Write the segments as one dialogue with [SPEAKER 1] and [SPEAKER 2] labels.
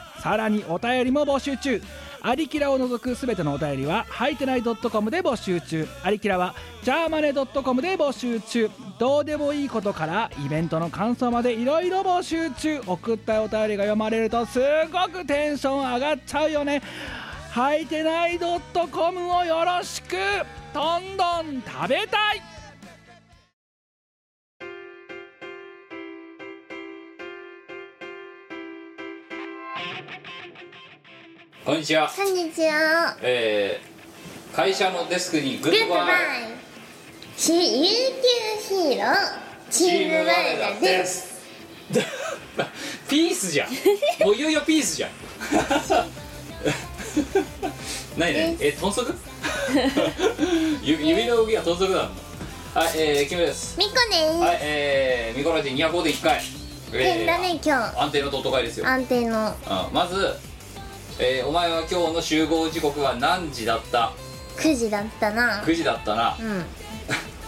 [SPEAKER 1] さらにお便りも募集中アリキラを除くすべてのお便りは、はいてない .com で募集中。アリキラは、ジャーマネ .com で募集中。どうでもいいことから、イベントの感想までいろいろ募集中。送ったお便りが読まれると、すごくテンション上がっちゃうよね。はいてない .com をよろしくどんどん食べたい
[SPEAKER 2] こんにちは、
[SPEAKER 3] こんにちは
[SPEAKER 2] えー、会社のデスクにグ
[SPEAKER 3] グッ
[SPEAKER 2] ッド
[SPEAKER 3] ド
[SPEAKER 2] バ
[SPEAKER 3] バ
[SPEAKER 2] イ
[SPEAKER 3] イし有給ヒーローチーム我らです
[SPEAKER 2] す ピースじゃんもういよいよピースじゃん 何何え豚足 ゆ指の動きが豚足なのはいえー、キムです
[SPEAKER 3] みこです、
[SPEAKER 2] はいえー、ミコラジ205で1回
[SPEAKER 3] 変だね今
[SPEAKER 2] 安定のトット会ですよ
[SPEAKER 3] 日安定の
[SPEAKER 2] うんまず、えーお前は今日の集合時刻は何時だった
[SPEAKER 3] 9時だったな
[SPEAKER 2] 9時だったな
[SPEAKER 3] うん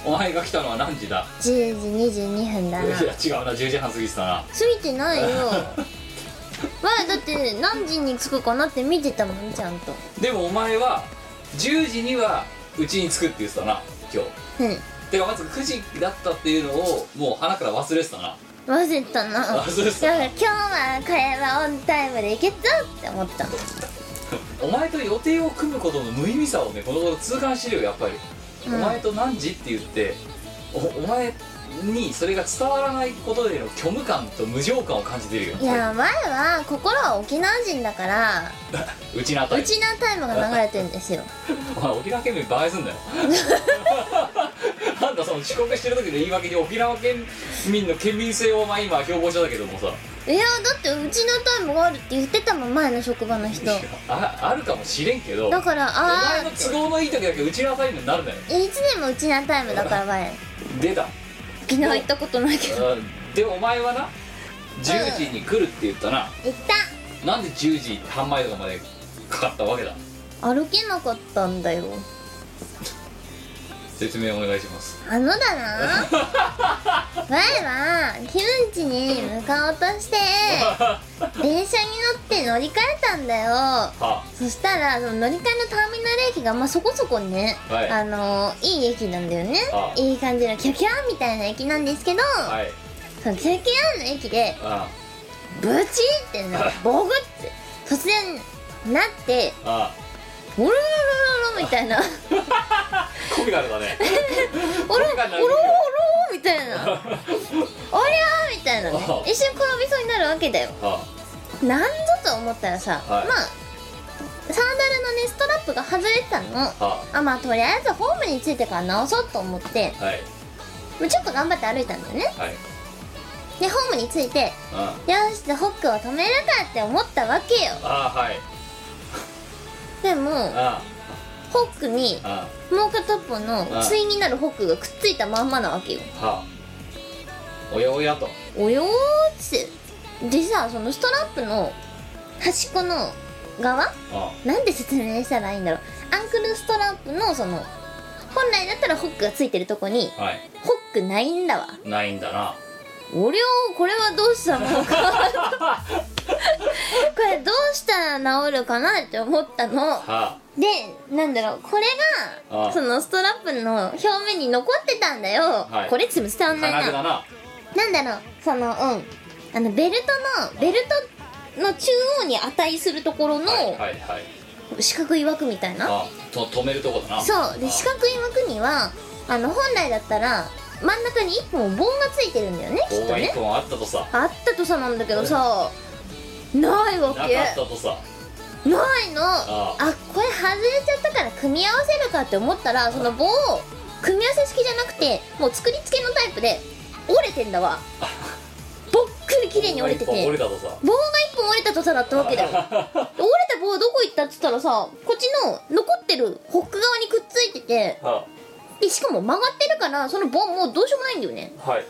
[SPEAKER 2] お前が来たのは何時だ
[SPEAKER 3] 10時22分だ
[SPEAKER 2] い
[SPEAKER 3] な
[SPEAKER 2] や違うな10時半過ぎてたな
[SPEAKER 3] 過ぎてないよ 前だって何時に着くかなって見てたもんちゃんと
[SPEAKER 2] でもお前は10時にはうちに着くって言ってたな今日
[SPEAKER 3] うん
[SPEAKER 2] てかまず9時だったっていうのをもう鼻から忘れてたな
[SPEAKER 3] 忘れたなだから
[SPEAKER 2] 忘れてた
[SPEAKER 3] 今日はこれはオンタイムでいけたって思った
[SPEAKER 2] お前と予定を組むことの無意味さをねこの頃痛感してるよやっぱり、
[SPEAKER 3] うん
[SPEAKER 2] お前と何時って言っておお前にそれが伝わらないことへの虚無感と無情感を感じてるよ
[SPEAKER 3] いや前は心は沖縄人だから
[SPEAKER 2] うちのあたり
[SPEAKER 3] うちなタイムが流れてるんですよ
[SPEAKER 2] お前沖縄県民バイすんだよ なんだその遅刻してる時の言い訳に沖縄県民の県民性をお前今標榜したけどもさ
[SPEAKER 3] いやだってうちなタイムがあるって言ってたもん前の職場の人
[SPEAKER 2] ああるかもしれんけどお
[SPEAKER 3] だ
[SPEAKER 2] 前
[SPEAKER 3] からあ
[SPEAKER 2] の
[SPEAKER 3] あ
[SPEAKER 2] 都合のいい時だけうちのタイムになるんだよ
[SPEAKER 3] いつでもうちなタイムだから前
[SPEAKER 2] 出た
[SPEAKER 3] 沖縄行ったことないけど
[SPEAKER 2] うんでもお前はな10時に来るって言ったな、
[SPEAKER 3] 行った
[SPEAKER 2] なんで10時半前とかまでかかったわけだ
[SPEAKER 3] 歩けなかったんだよ
[SPEAKER 2] 説明お願いします
[SPEAKER 3] あのだ な前はキムンチに向かおうとして電車に乗って乗り換えたんだよ
[SPEAKER 2] は
[SPEAKER 3] そしたらその乗り換えのターミナル駅がまあそこそこね、
[SPEAKER 2] はい
[SPEAKER 3] あのいい駅なんだよね
[SPEAKER 2] ああ
[SPEAKER 3] いい感じのキャキャーみたいな駅なんですけど、
[SPEAKER 2] あはい
[SPEAKER 3] そのキャキャーの駅で
[SPEAKER 2] あ
[SPEAKER 3] ブチってなボグって突然なって
[SPEAKER 2] あああ
[SPEAKER 3] オロロロロロみた いな
[SPEAKER 2] コミカルだね
[SPEAKER 3] オロ
[SPEAKER 2] こんなんな
[SPEAKER 3] オ
[SPEAKER 2] る
[SPEAKER 3] ロオロみたい なおりゃーみたいなね
[SPEAKER 2] ああ
[SPEAKER 3] 一瞬転びそうになるわけだよ
[SPEAKER 2] あ
[SPEAKER 3] なんぞと思ったらさ、
[SPEAKER 2] はい
[SPEAKER 3] まあサンダルのねストラップが外れてたの
[SPEAKER 2] あ
[SPEAKER 3] あまあとりあえずホームについてから直そうと思って
[SPEAKER 2] あはい
[SPEAKER 3] まあちょっと頑張って歩いたんだよね
[SPEAKER 2] はい
[SPEAKER 3] でホームについて
[SPEAKER 2] あ
[SPEAKER 3] よしでホックを止めるかって思ったわけよ
[SPEAKER 2] あああはい
[SPEAKER 3] でも
[SPEAKER 2] あ
[SPEAKER 3] ホックに
[SPEAKER 2] ああ
[SPEAKER 3] もう片方の
[SPEAKER 2] あ
[SPEAKER 3] 対になるホックがくっついたまんまなわけよ
[SPEAKER 2] あはあおやおやと
[SPEAKER 3] およーっつでさそのストラップの端っこの側
[SPEAKER 2] あ
[SPEAKER 3] なんで説明したらいいんだろうアンクルストラップのその本来だったらホックがついてるとこに
[SPEAKER 2] あはい
[SPEAKER 3] ホックないんだわ
[SPEAKER 2] ないんだな
[SPEAKER 3] 俺をこれはどうしたものかこれどうしたら治るかなって思った の
[SPEAKER 2] は
[SPEAKER 3] でなんだろうこれ
[SPEAKER 2] あ
[SPEAKER 3] が
[SPEAKER 2] あ
[SPEAKER 3] そのストラップの表面に残ってたんだよ、
[SPEAKER 2] はい
[SPEAKER 3] これ潰してあ
[SPEAKER 2] あ
[SPEAKER 3] んない
[SPEAKER 2] 金具だ
[SPEAKER 3] な
[SPEAKER 2] な
[SPEAKER 3] なんだろうそのうんあのベルトのベルトの中央に値するところの
[SPEAKER 2] はいはいはい
[SPEAKER 3] 四角い枠みたいな、
[SPEAKER 2] あと止めるとこだな
[SPEAKER 3] そうで四角い枠にはあの本来だったら真ん中に1本棒がついてるんだよねきっ
[SPEAKER 2] 棒
[SPEAKER 3] と
[SPEAKER 2] が
[SPEAKER 3] ね
[SPEAKER 2] 1本あったとさ
[SPEAKER 3] あったとさなんだけどさないわ
[SPEAKER 2] なかっ
[SPEAKER 3] け
[SPEAKER 2] たとさ
[SPEAKER 3] ないのあ
[SPEAKER 2] あ
[SPEAKER 3] これ外れちゃったから組み合わせるかって思ったらその棒を組み合わせ式じゃなくてもう作り付けのタイプで折れてんだ わぼっくり綺麗に折れて
[SPEAKER 2] 棒が一本折
[SPEAKER 3] て
[SPEAKER 2] れたとさ
[SPEAKER 3] 棒が1本折れたとさだったわけだよ折れた棒どこ行ったっつったらさこっちの残ってるホック側にくっついてて
[SPEAKER 2] は
[SPEAKER 3] でしかも曲がってるからその棒もうどうしようもないんだよね
[SPEAKER 2] はい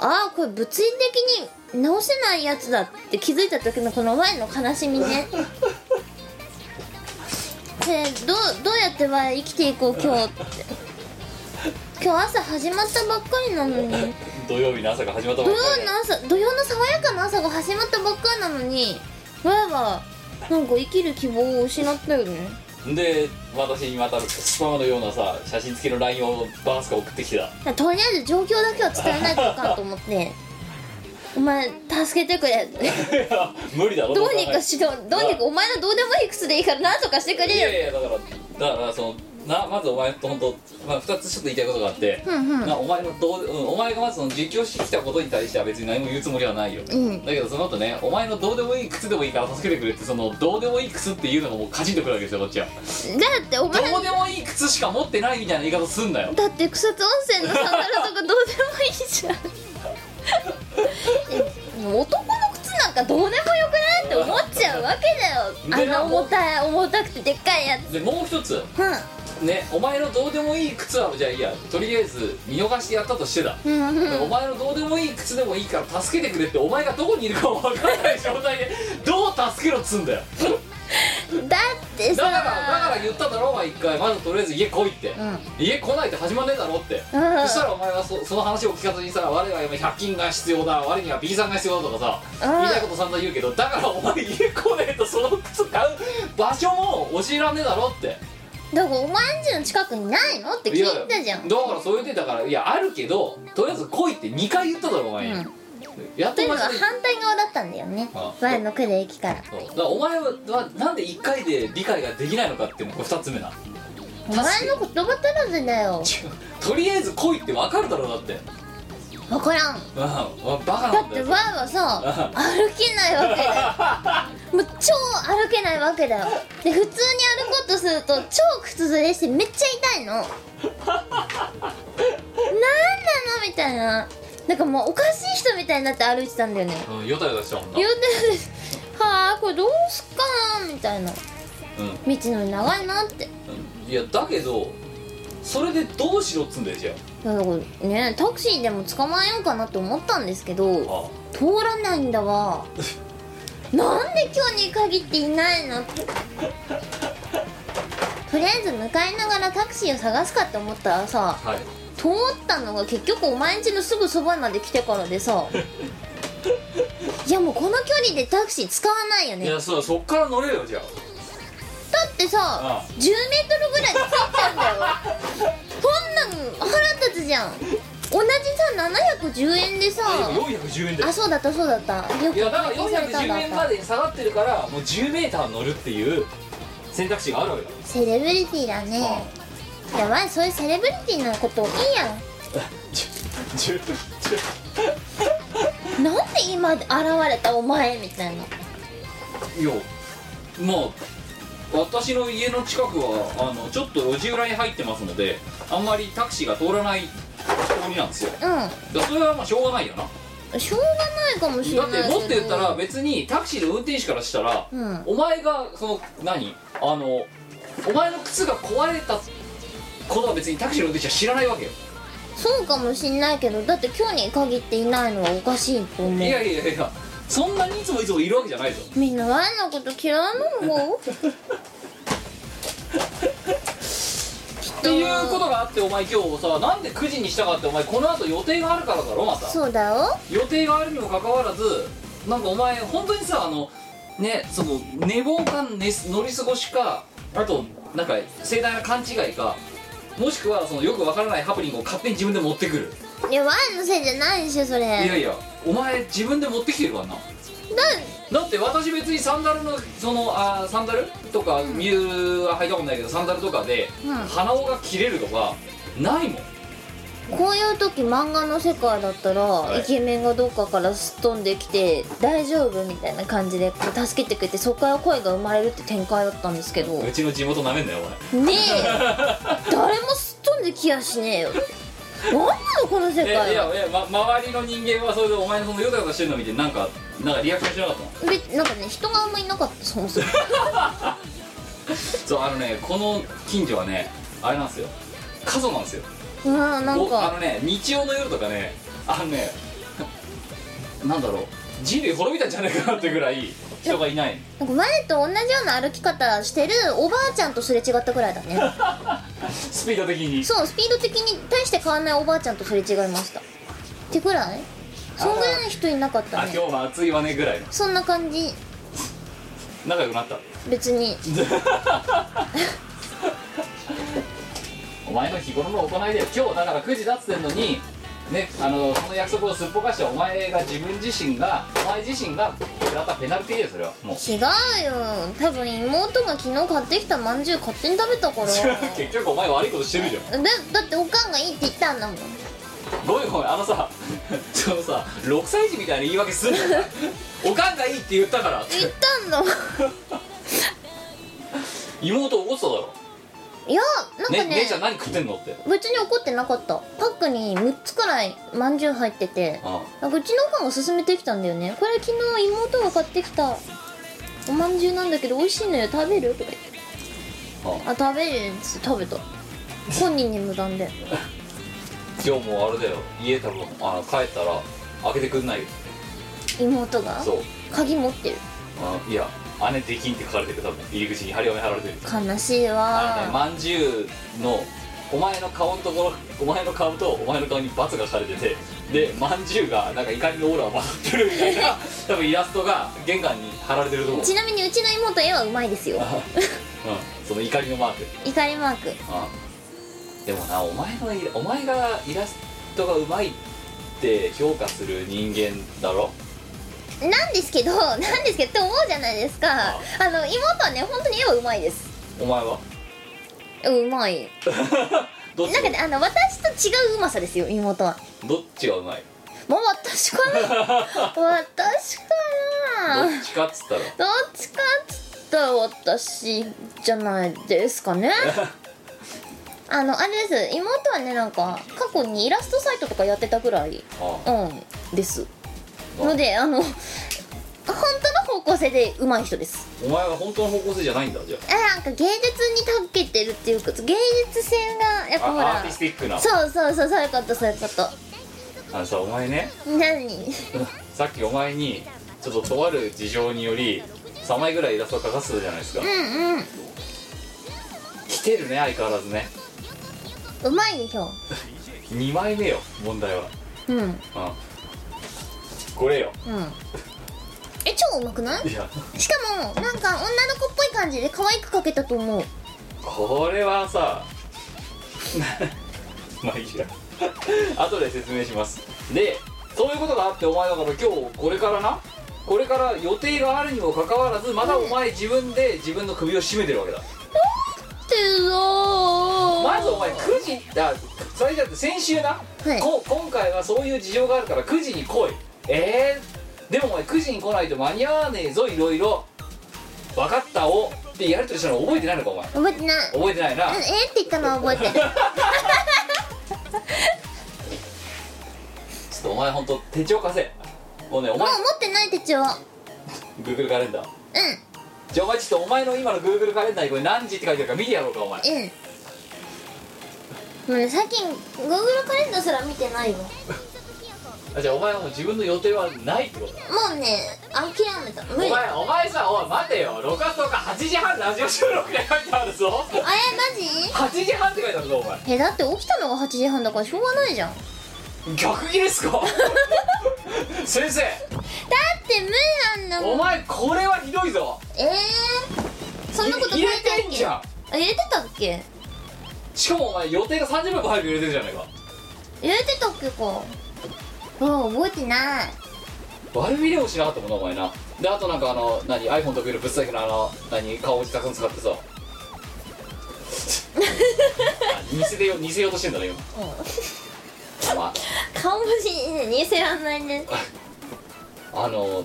[SPEAKER 3] ああこれ物理的に直せないやつだって気づいた時のこの前の悲しみねでどうどうやっては生きていこう今日って今日朝始まったばっかりなのに土曜
[SPEAKER 2] 土曜日の朝が始まったばっかり
[SPEAKER 3] の朝土曜の爽やかな朝が始まったばっかりなのにわいはなんか生きる希望を失ったよね
[SPEAKER 2] で私にまたスパムのようなさ写真付きの LINE をバースが送ってきてた
[SPEAKER 3] とりあえず状況だけは伝えないといかんと思ってお前助けてくれって
[SPEAKER 2] いや無理だろ
[SPEAKER 3] どうにかしろどうに
[SPEAKER 2] う
[SPEAKER 3] かお前のどうでもいい靴でいいから何とかしてく
[SPEAKER 2] い
[SPEAKER 3] れよ
[SPEAKER 2] やいやだからだからそのなまずお前と本当まあ二つちょっと言いたいことがあって、
[SPEAKER 3] うんうん
[SPEAKER 2] なお前のどう、うん、お前がまずその受教してきたことに対しては別に何も言うつもりはないよ、
[SPEAKER 3] うん
[SPEAKER 2] だけどその後ねお前のどうでもいい靴でもいいから助けてくれってそのどうでもいい靴っていうのがもうカチンとくるわけですよこっちは
[SPEAKER 3] だってお前
[SPEAKER 2] どうでもいい靴しか持ってないみたいな言い方すんなよ
[SPEAKER 3] だって草津温泉のサンダルとかどうでもいいじゃ んえ男の靴なんかどうでもよくないって思っちゃうわけだよあ
[SPEAKER 2] で
[SPEAKER 3] んな重たい重たくてでっかいやつ
[SPEAKER 2] でもう一つ
[SPEAKER 3] う
[SPEAKER 2] ねお前のどうでもいい靴はじゃあいいやとりあえず見逃してやったとしてだ、
[SPEAKER 3] んうんうん
[SPEAKER 2] お前のどうでもいい靴でもいいから助けてくれってお前がどこにいるか分からない状 態でどう助けろっつうんだよ
[SPEAKER 3] だって
[SPEAKER 2] だ
[SPEAKER 3] さ
[SPEAKER 2] からだから言っただろお前一回まずとりあえず家来いって、
[SPEAKER 3] ん
[SPEAKER 2] 家来ないと始まんねえだろって、
[SPEAKER 3] うん
[SPEAKER 2] そしたらお前はそその話を聞かずにさ我には今100均が必要だ我には B さんが必要だとかさ、
[SPEAKER 3] うん
[SPEAKER 2] 言いたいこと散々言うけどだからお前家来ねえとその靴買う場所も教えらんねえだろって
[SPEAKER 3] だからお前んちの近くにないのって聞いたじゃん
[SPEAKER 2] いやだからそう言ってだからいやあるけどとりあえず来いって2回言っただろお前に、
[SPEAKER 3] うん
[SPEAKER 2] やっ
[SPEAKER 3] と
[SPEAKER 2] と
[SPEAKER 3] いう
[SPEAKER 2] お
[SPEAKER 3] の
[SPEAKER 2] 前
[SPEAKER 3] は
[SPEAKER 2] それ
[SPEAKER 3] 反対側だったんだよね
[SPEAKER 2] あ
[SPEAKER 3] 前の区で駅から
[SPEAKER 2] そうだからお前はなんで1回で理解ができないのかっていうのが2つ目な
[SPEAKER 3] お前の言葉足らずだよ
[SPEAKER 2] とりあえず来いって分かるだろだって
[SPEAKER 3] 分からん
[SPEAKER 2] うんうんバカ
[SPEAKER 3] だ
[SPEAKER 2] なん
[SPEAKER 3] っ
[SPEAKER 2] だ
[SPEAKER 3] て
[SPEAKER 2] よ
[SPEAKER 3] ワンはさ歩けないわけだよもう超歩けないわけだよで普通に歩こうとすると超靴ずれしてめっちゃ痛いのなんなのみたいななんかもうおかしい人みたいになって歩いてたんだよね
[SPEAKER 2] うんヨタヨタしたもんな
[SPEAKER 3] 言うてるはあこれどうすっかなみたいな道
[SPEAKER 2] うん
[SPEAKER 3] のり長いなって
[SPEAKER 2] うんいやだけどそれでどうしろっつうんだよじゃ
[SPEAKER 3] だからねタクシーでも捕まえようかなって思ったんですけど
[SPEAKER 2] あ
[SPEAKER 3] 通らないんだわなんで今日に限っていないのとりあえず向かいながらタクシーを探すかって思ったらさ
[SPEAKER 2] あはい
[SPEAKER 3] 通ったのが結局お前んちのすぐそばまで来てからでさいやもうこの距離でタクシー使わないよ
[SPEAKER 2] い
[SPEAKER 3] ねだ
[SPEAKER 2] やそうそっから乗れよじゃ
[SPEAKER 3] ってさ
[SPEAKER 2] あ
[SPEAKER 3] 1 0メートルぐらいで着いちゃうんだよこんなん腹立つじゃん同じさ710円でさ
[SPEAKER 2] あでも410円だよ
[SPEAKER 3] あそうだったそうだったよ
[SPEAKER 2] いやだから
[SPEAKER 3] 計算され
[SPEAKER 2] 410
[SPEAKER 3] たん
[SPEAKER 2] 円
[SPEAKER 3] だ
[SPEAKER 2] まで下がってるからもう 10m 乗るっていう選択肢があるわけだ
[SPEAKER 3] セレブリティだねやばいそういうセレブリティなこといいや
[SPEAKER 2] 10
[SPEAKER 3] んなんで今現れたお前みたいな
[SPEAKER 2] 10いやまあ私の家の近くはあのちょっと路地裏に入ってますのであんまりタクシーが通らない通りなんですよだからそれはまあしょうがないよな
[SPEAKER 3] うんしょうがないかもしれ
[SPEAKER 2] だ
[SPEAKER 3] な
[SPEAKER 2] っ
[SPEAKER 3] いけ
[SPEAKER 2] て
[SPEAKER 3] ど
[SPEAKER 2] もっと言ったら別にタクシーの運転手からしたら、
[SPEAKER 3] うん
[SPEAKER 2] お前がその何あのお前の靴が壊れたことは別にタクシーの運転手は知らないわけよ、
[SPEAKER 3] そうかもしんないけどだって今日に限っていないのはおかしいと思
[SPEAKER 2] いうやいやいやいやそんなにいつもいつもいるわけじゃないぞ
[SPEAKER 3] みんなワイのこと嫌いな のか
[SPEAKER 2] っていうことがあってお前今日さなんで9時にしたかってお前この後予定があるからだろまた
[SPEAKER 3] そうだよ
[SPEAKER 2] 予定があるにもかかわらずなんかお前本当にさあのねその寝坊か寝す乗り過ごしかあとなんか盛大な勘違いかもしくはそのよくわからないハプニングを勝手に自分で持ってくる、
[SPEAKER 3] いやワイのせいじゃないでしょそれ
[SPEAKER 2] いやいやお前自分で持ってきてるわなだって私別にサンダルのそのあーサンダルとかミューは履いたことないけどサンダルとかで
[SPEAKER 3] うん
[SPEAKER 2] 鼻緒が切れるとかないもん
[SPEAKER 3] こういう時漫画の世界だったら、
[SPEAKER 2] い
[SPEAKER 3] イケメンがどっかからすっ飛んできて大丈夫みたいな感じでこう助けてくれてそこから恋が生まれるって展開だったんですけどね
[SPEAKER 2] うちの地元なめんなよお前
[SPEAKER 3] え誰もすっ飛んできやしねえよなんなのこの世
[SPEAKER 2] い
[SPEAKER 3] 界
[SPEAKER 2] やい
[SPEAKER 3] は
[SPEAKER 2] やいや、ま、周りの人間はそれでお前のそのヨタヨタしてるの見てなんかなんかリアクションしなかったの
[SPEAKER 3] べなんかね人があんまいなかったそもそも
[SPEAKER 2] そうあのねこの近所はねあれなんですよ過疎なんですよ
[SPEAKER 3] うんなん
[SPEAKER 2] おあ
[SPEAKER 3] か
[SPEAKER 2] のね日曜の夜とかねあのねなんだろう人類滅びたんじゃないかなってぐらい人がいない
[SPEAKER 3] なんか前と同じような歩き方してるおばあちゃんとすれ違ったくらいだね
[SPEAKER 2] スピード的に
[SPEAKER 3] そうスピード的に大して変わんないおばあちゃんとすれ違いましたってくらいそんぐらいの人いなかった
[SPEAKER 2] あ今
[SPEAKER 3] ね
[SPEAKER 2] 日は暑いわねぐらいの
[SPEAKER 3] そんな感じ
[SPEAKER 2] 仲良くなった
[SPEAKER 3] 別に
[SPEAKER 2] お前の日頃の行いだよ今日だから9時だっつってんのにねあのその約束をすっぽかしてお前が自分自身がお前自身が食らったペナルティーだよそれはもう
[SPEAKER 3] 違うよ多分妹が昨日買ってきたまんじゅう勝手に食べたから
[SPEAKER 2] 結局お前悪いことしてるじゃん
[SPEAKER 3] だだっておかんがいいって言ったんだもん
[SPEAKER 2] ごめんごめんあのさ そのさ6歳児みたいな言い訳 するなおかんがいいって言ったからって
[SPEAKER 3] 言ったんだもん
[SPEAKER 2] 妹怒ってただろ、
[SPEAKER 3] いやなんか
[SPEAKER 2] ね
[SPEAKER 3] ね
[SPEAKER 2] 姉ちゃん何食ってんのって
[SPEAKER 3] 別に怒ってなかったパックに6つくらいまんじゅう入ってて
[SPEAKER 2] あ
[SPEAKER 3] なんかうちのおかんが勧めてきたんだよねこれ昨日妹が買ってきたおまんじゅうなんだけど美味しいのよ食べるとか言って
[SPEAKER 2] あ
[SPEAKER 3] あ食べるっつって食べた本人に無断で
[SPEAKER 2] 今日もうあれだよ家多分あの帰ったら開けてくんないよ
[SPEAKER 3] 妹が
[SPEAKER 2] そう
[SPEAKER 3] 鍵持ってる
[SPEAKER 2] あいや姉できんって書かれてる多分入り口に張り紙貼られてる
[SPEAKER 3] 悲しい
[SPEAKER 2] あのね
[SPEAKER 3] わ
[SPEAKER 2] まんじゅうのお前の顔のところお前の顔とお前の顔に罰が書かれててでまんじゅうがなんか怒りのオーラをまとってるみたい な多分イラストが玄関に貼られてると思う
[SPEAKER 3] ちなみにうちの妹絵はうまいですよ
[SPEAKER 2] あうん、その怒りのマーク
[SPEAKER 3] 怒りマーク
[SPEAKER 2] あでもなお前のイラお前がイラストがうまいって評価する人間だろ
[SPEAKER 3] なんですけどなんですけどって思うじゃないですかあの妹はね本当に絵はうまいです
[SPEAKER 2] お前は
[SPEAKER 3] うまい
[SPEAKER 2] どっ
[SPEAKER 3] なんか
[SPEAKER 2] ち
[SPEAKER 3] ね
[SPEAKER 2] が
[SPEAKER 3] あの私と違ううまさですよ妹は
[SPEAKER 2] どっちがうまい
[SPEAKER 3] もう私かな 私か
[SPEAKER 2] ど
[SPEAKER 3] な
[SPEAKER 2] っちかっつったら
[SPEAKER 3] どっちかっつったら私じゃないですか ねあのあれです妹はねなんか過去にイラストサイトとかやってたぐらい
[SPEAKER 2] あ
[SPEAKER 3] うんです
[SPEAKER 2] あ
[SPEAKER 3] のであの本当の方向性で上手い人です
[SPEAKER 2] お前は本当の方向性じゃないんだじゃ
[SPEAKER 3] えなんか芸術に長けてるっていうか芸術性がやっ
[SPEAKER 2] あ
[SPEAKER 3] ぱほ
[SPEAKER 2] あア
[SPEAKER 3] ら
[SPEAKER 2] ーティスティックな
[SPEAKER 3] そうそうそうそういうことそういうこと
[SPEAKER 2] あのさお前ね
[SPEAKER 3] 何
[SPEAKER 2] さっきお前にちょっととある事情により3枚ぐらいイラストを描かせたじゃないですか
[SPEAKER 3] うんうん
[SPEAKER 2] 来てるね相変わらずね
[SPEAKER 3] うまいでしょ
[SPEAKER 2] 2枚目よ問題は
[SPEAKER 3] うんうん
[SPEAKER 2] うんこれよ
[SPEAKER 3] え超うまくない
[SPEAKER 2] いや
[SPEAKER 3] しかもなんか女の子っぽい感じで可愛く描けたと思う
[SPEAKER 2] これはさ まあいいや 後で説明しますでそういうことがあってお前だから今日これからなこれから予定があるにもかかわらずまだお前自分で自分の首を絞めてるわけだ
[SPEAKER 3] ってぞ
[SPEAKER 2] まずお前9時だそれじゃって先週な、
[SPEAKER 3] はい
[SPEAKER 2] こ今回はそういう事情があるから9時に来いえー、でもお前9時に来ないと間に合わねえぞいろいろ分かったをってやりとりしたの覚えてないのかお前
[SPEAKER 3] 覚えてない
[SPEAKER 2] 覚えてないな
[SPEAKER 3] うんえー、って言ったのは覚え てる
[SPEAKER 2] ちょっとお前本当手帳貸せもうねお
[SPEAKER 3] もう
[SPEAKER 2] 前
[SPEAKER 3] 持ってない手帳うん
[SPEAKER 2] Google カレンダーじゃあお前ちょっとお前の今の Google カレンダーにこれ何時って書いてあるか見てやろうかお前
[SPEAKER 3] うんもうね最近 Google カレンダーすら見てないわも
[SPEAKER 2] あじゃあお前はもう自分の予定はないってことだ
[SPEAKER 3] うね諦めた無
[SPEAKER 2] お
[SPEAKER 3] 理あ
[SPEAKER 2] 前お前さおい待てよ6月10日8時半ラジオ収録で書いてあるぞ
[SPEAKER 3] れマジ
[SPEAKER 2] 8時半って書いてあるぞお前
[SPEAKER 3] えだって起きたのが8時半だからしょうがないじゃんだ
[SPEAKER 2] 逆ギレっすか 先生
[SPEAKER 3] って無理なんだ
[SPEAKER 2] お
[SPEAKER 3] もん
[SPEAKER 2] 前これはひどいぞ
[SPEAKER 3] えー、そんなこと書い
[SPEAKER 2] 入
[SPEAKER 3] て
[SPEAKER 2] れ
[SPEAKER 3] あっけ
[SPEAKER 2] てんじゃん
[SPEAKER 3] あ入れてたっけ
[SPEAKER 2] しかもお前予定が30分も早く入れてるじゃないか
[SPEAKER 3] 入れてたっけかうん覚えてない
[SPEAKER 2] 悪びれもしなかったもんなお前なであとなんかあの何 iPhone 特有のぶっさけのあの何顔を自宅に使ってさあ似せてよ似せようとしてんだね今、ま
[SPEAKER 3] 顔文字に似せらんないね
[SPEAKER 2] あ、あの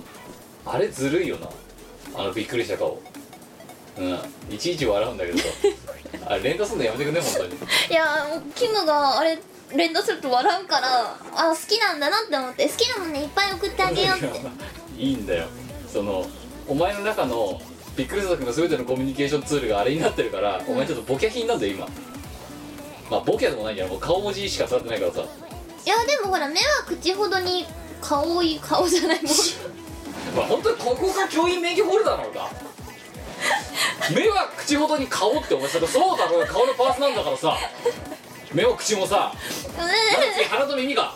[SPEAKER 2] あれずるいよなあのびっくりした顔うんいちいち笑うんだけどさあれ連打すんのやめてくんね本当に
[SPEAKER 3] いやもうキムがあれ連打すると笑うからあ好きなんだなって思って好きなもんねいっぱい送ってあげようって
[SPEAKER 2] いいんだよそのお前の中のびっくりした君の全てのコミュニケーションツールがあれになってるから、お前ちょっとボキャ品なんだよ今まあボキャでもないけどもう顔文字しか使ってないからさ
[SPEAKER 3] いやでもほら目は口ほどに顔い顔じゃ ないもん
[SPEAKER 2] まあ本当にここが教員免許ホルダーなのか目は口ほどに顔ってお前それそうだろうよ顔のパーツなんだからさ目も口もさなんて鼻と耳が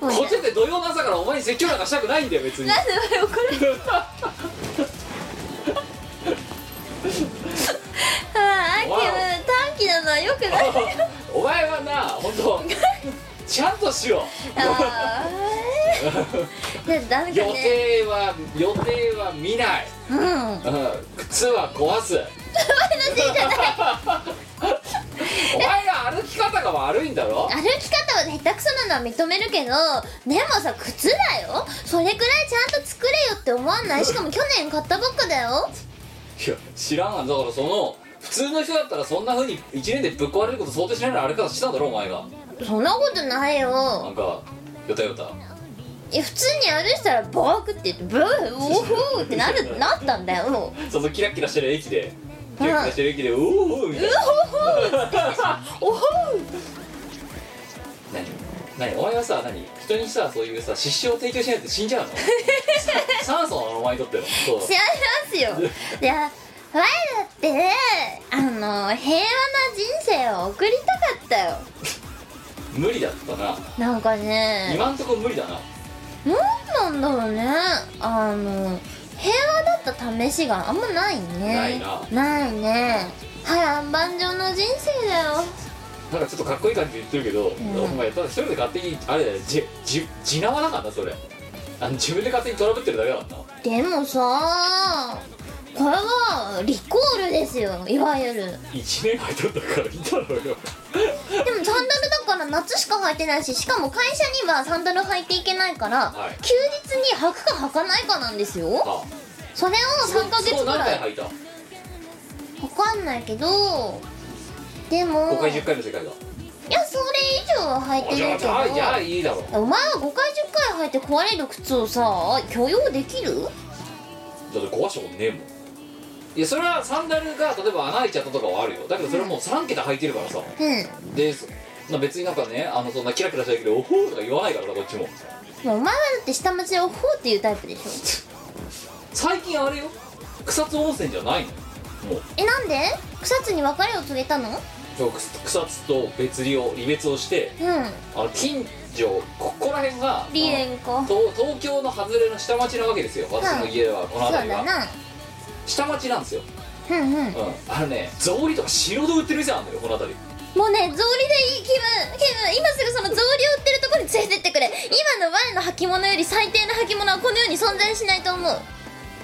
[SPEAKER 3] も
[SPEAKER 2] こ
[SPEAKER 3] ういい
[SPEAKER 2] っちって土曜の朝からお前に説教なんかしたくないんだ よ別に
[SPEAKER 3] なんで俺怒るあーあきゅう短期なのはよくない
[SPEAKER 2] お前はな本当ちゃんとしよ
[SPEAKER 3] あーえーだ
[SPEAKER 2] う
[SPEAKER 3] め
[SPEAKER 2] 予
[SPEAKER 3] だね
[SPEAKER 2] 定は予定は見ない、
[SPEAKER 3] うんあ
[SPEAKER 2] うん、靴は壊すお前が歩き方が悪いんだろ
[SPEAKER 3] 歩き方は下手くそなのは認めるけどでもさ靴だよそれくらいちゃんと作れよって思わないしかも去年買ったばっかだよ
[SPEAKER 2] いや知らんわだからその普通の人だったらそんなふうに1年でぶっ壊れること想定しないの歩き方したんだろお前が
[SPEAKER 3] そんなことない
[SPEAKER 2] な
[SPEAKER 3] よ
[SPEAKER 2] んかよたよた
[SPEAKER 3] いや普通に歩いてたらバークって言ってブーおふーってなるなったんだよもう
[SPEAKER 2] そのキラキラしてる駅でキラキラしてる駅でうおうみたいな
[SPEAKER 3] おふ
[SPEAKER 2] 何何お前はさ何人にさそういうさ失笑を提供しないと死 んじゃうのさ酸素なのお前にとってのそう
[SPEAKER 3] 違いますよいや前だってねあの平和な人生を送りたかったよ
[SPEAKER 2] 無理だったな
[SPEAKER 3] なんかね
[SPEAKER 2] 今んとこ無理だな
[SPEAKER 3] なんなんだろうねあの平和だった試しがあんまないね
[SPEAKER 2] ないな
[SPEAKER 3] ないね波乱万丈の人生だよ
[SPEAKER 2] なんかちょっとかっこいい感じで言ってるけど、
[SPEAKER 3] ん
[SPEAKER 2] お前ただ一人で勝手にあれだよじじ地縄だからなそれあの自分で勝手にトラブってるだけだからな
[SPEAKER 3] でもさこれはリコールですよいわゆるでも
[SPEAKER 2] 1年入っとったからいいだろうよ
[SPEAKER 3] サンダルだから夏しか履いてないししかも会社にはサンダル履いていけないから、
[SPEAKER 2] はい
[SPEAKER 3] 休日に履くか履かないかなんですよ
[SPEAKER 2] あ
[SPEAKER 3] それを3ヶ月
[SPEAKER 2] そう
[SPEAKER 3] ぐ
[SPEAKER 2] 何
[SPEAKER 3] ら
[SPEAKER 2] 回
[SPEAKER 3] い
[SPEAKER 2] 入った
[SPEAKER 3] わかんないけどでも
[SPEAKER 2] 5回10回の世界が
[SPEAKER 3] いやそれ以上は履い
[SPEAKER 2] あ
[SPEAKER 3] て
[SPEAKER 2] じゃ
[SPEAKER 3] る
[SPEAKER 2] あ
[SPEAKER 3] け
[SPEAKER 2] じゃあじゃあ
[SPEAKER 3] ど
[SPEAKER 2] いいだろう
[SPEAKER 3] お前は5回10回履いて壊れる靴をさ許容できる
[SPEAKER 2] だって壊したことねえもんいやそれはサンダルが例えば穴開いちゃったとかはあるよだけどそれはもう3桁履いてるからさ
[SPEAKER 3] うん
[SPEAKER 2] でそな別になんかねあのそんなキラキラしたけどおほうとか言わないからなこっちも
[SPEAKER 3] もうお前はだって下町でおほうっていうタイプでしょ
[SPEAKER 2] 最近あれよ草津温泉じゃないのもう
[SPEAKER 3] えなんで草津に別れを告げたの
[SPEAKER 2] そうく草津と別離を離別をして
[SPEAKER 3] う
[SPEAKER 2] あの近所ここら辺が
[SPEAKER 3] んリエン
[SPEAKER 2] あ
[SPEAKER 3] か
[SPEAKER 2] の東東京の外れの下町なわけですよ私の家はこの
[SPEAKER 3] そう
[SPEAKER 2] 辺り
[SPEAKER 3] だ
[SPEAKER 2] は
[SPEAKER 3] な
[SPEAKER 2] 下町なんですよ、
[SPEAKER 3] うんうん
[SPEAKER 2] うん、あのね草履とか白で売ってる店あるんだよこの辺り
[SPEAKER 3] もうね草履でいい気分気分今すぐその草履を売ってるところに連れてってくれ今の我の履物より最低な履物はこの世に存在しないと思う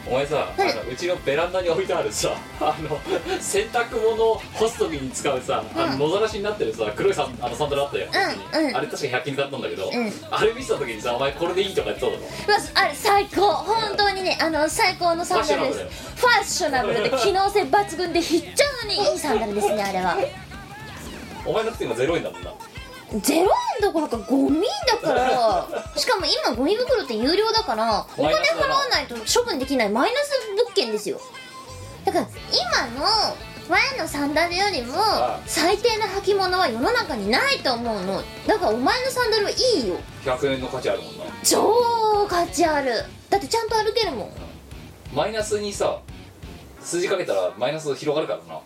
[SPEAKER 2] お前さあ
[SPEAKER 3] はい
[SPEAKER 2] のうちのベランダに置いてあるさ あの洗濯物を干す時に使うさあの野ざらしになってるさ黒いサンあのサンダルあったよ、
[SPEAKER 3] うんうん
[SPEAKER 2] あれ確か100均で買ったんだけど、
[SPEAKER 3] ん
[SPEAKER 2] あれ見せた時にさお前これでいいとか言ってただろ
[SPEAKER 3] うわあれ最高本当にねあの最高のサンダルですファッショナブルで機能性抜群で非常にいいサンダルですねあれは
[SPEAKER 2] お前なくて今0円だもんな
[SPEAKER 3] 0円どころかゴミだからしかも今ゴミ袋って有料だからお金払わないと処分できないマイナス物件ですよだから今の前のサンダルよりも最低な履物は世の中にないと思うのだからお前のサンダルはいいよ
[SPEAKER 2] 100円の価値あるもんな
[SPEAKER 3] 超価値あるだってちゃんと歩けるもん
[SPEAKER 2] マイナスにさ数字かけたらマイナス広がるからな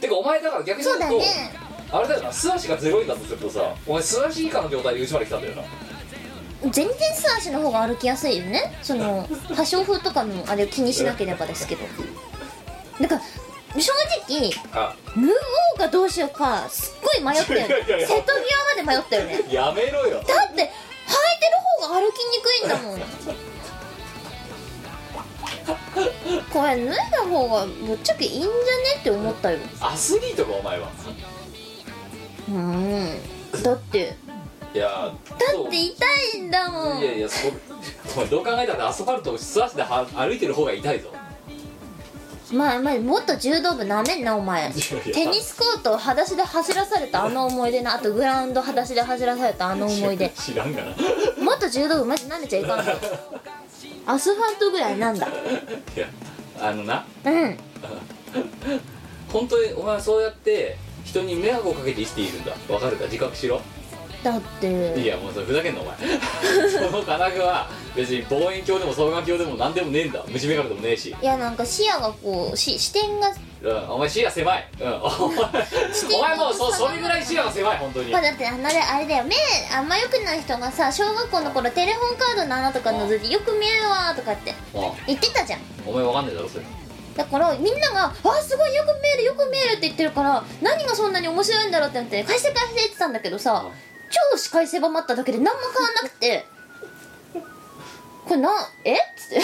[SPEAKER 2] てかお前だから逆に
[SPEAKER 3] そ
[SPEAKER 2] 言
[SPEAKER 3] う
[SPEAKER 2] うと
[SPEAKER 3] だね
[SPEAKER 2] あれだよな素足が0円だとするとさお前素足以下の状態でうちまで来たんだよな
[SPEAKER 3] 全然素足の方が歩きやすいよねその破傷風とかのあれを気にしなければですけどだから正直
[SPEAKER 2] あ
[SPEAKER 3] 脱ごうかどうしようかすっごい迷ったよね
[SPEAKER 2] いやいやいや
[SPEAKER 3] 瀬戸際まで迷ったよね
[SPEAKER 2] やめろよ
[SPEAKER 3] だって履いてる方が歩きにくいんだもんこれ脱いだ方がぶっちゃけいいんじゃねって思ったよ
[SPEAKER 2] アスリートかお前は
[SPEAKER 3] うんだって
[SPEAKER 2] いや
[SPEAKER 3] だ
[SPEAKER 2] そう
[SPEAKER 3] って痛いんだもん
[SPEAKER 2] いやいやそこお前どう考えたってアスファルトを素足では歩いてる方が痛いぞ
[SPEAKER 3] まあまあもっと柔道部なめんなお前
[SPEAKER 2] やいや
[SPEAKER 3] テニスコートを裸足で走らされたあの思い出なあとグラウンド裸足で走らされたあの思い出
[SPEAKER 2] 知らんがな
[SPEAKER 3] もっと柔道部マジなめちゃいかんぞアスファルトぐらいなんだ
[SPEAKER 2] いやあのな
[SPEAKER 3] うん
[SPEAKER 2] 本当にお前はそうやって人に迷惑をかけて生きているんだわかるか自覚しろ
[SPEAKER 3] だって
[SPEAKER 2] いやもうそれふざけんなお前その金具は別に望遠鏡でも双眼鏡でも何でもねえんだ虫眼鏡でもねえし、
[SPEAKER 3] いやなんか視野がこうし視点が
[SPEAKER 2] うん、お前視野狭い、うん、お前お前もうそそれぐらい視野が狭い本当に
[SPEAKER 3] まあだってあんなであれだよ目あんま良くない人がさ小学校の頃テレホンカードの穴とか覗いてよく見えるわーとかって
[SPEAKER 2] あ
[SPEAKER 3] 言ってたじゃん
[SPEAKER 2] お前わかんないだろそれ
[SPEAKER 3] だからみんなが「あすごいよく見えるよく見える」って言ってるから何がそんなに面白いんだろうってなって返して返してって言ってたんだけどさ
[SPEAKER 2] うん
[SPEAKER 3] 超視界狭まっただけで何も変わんなくてこれなえっつって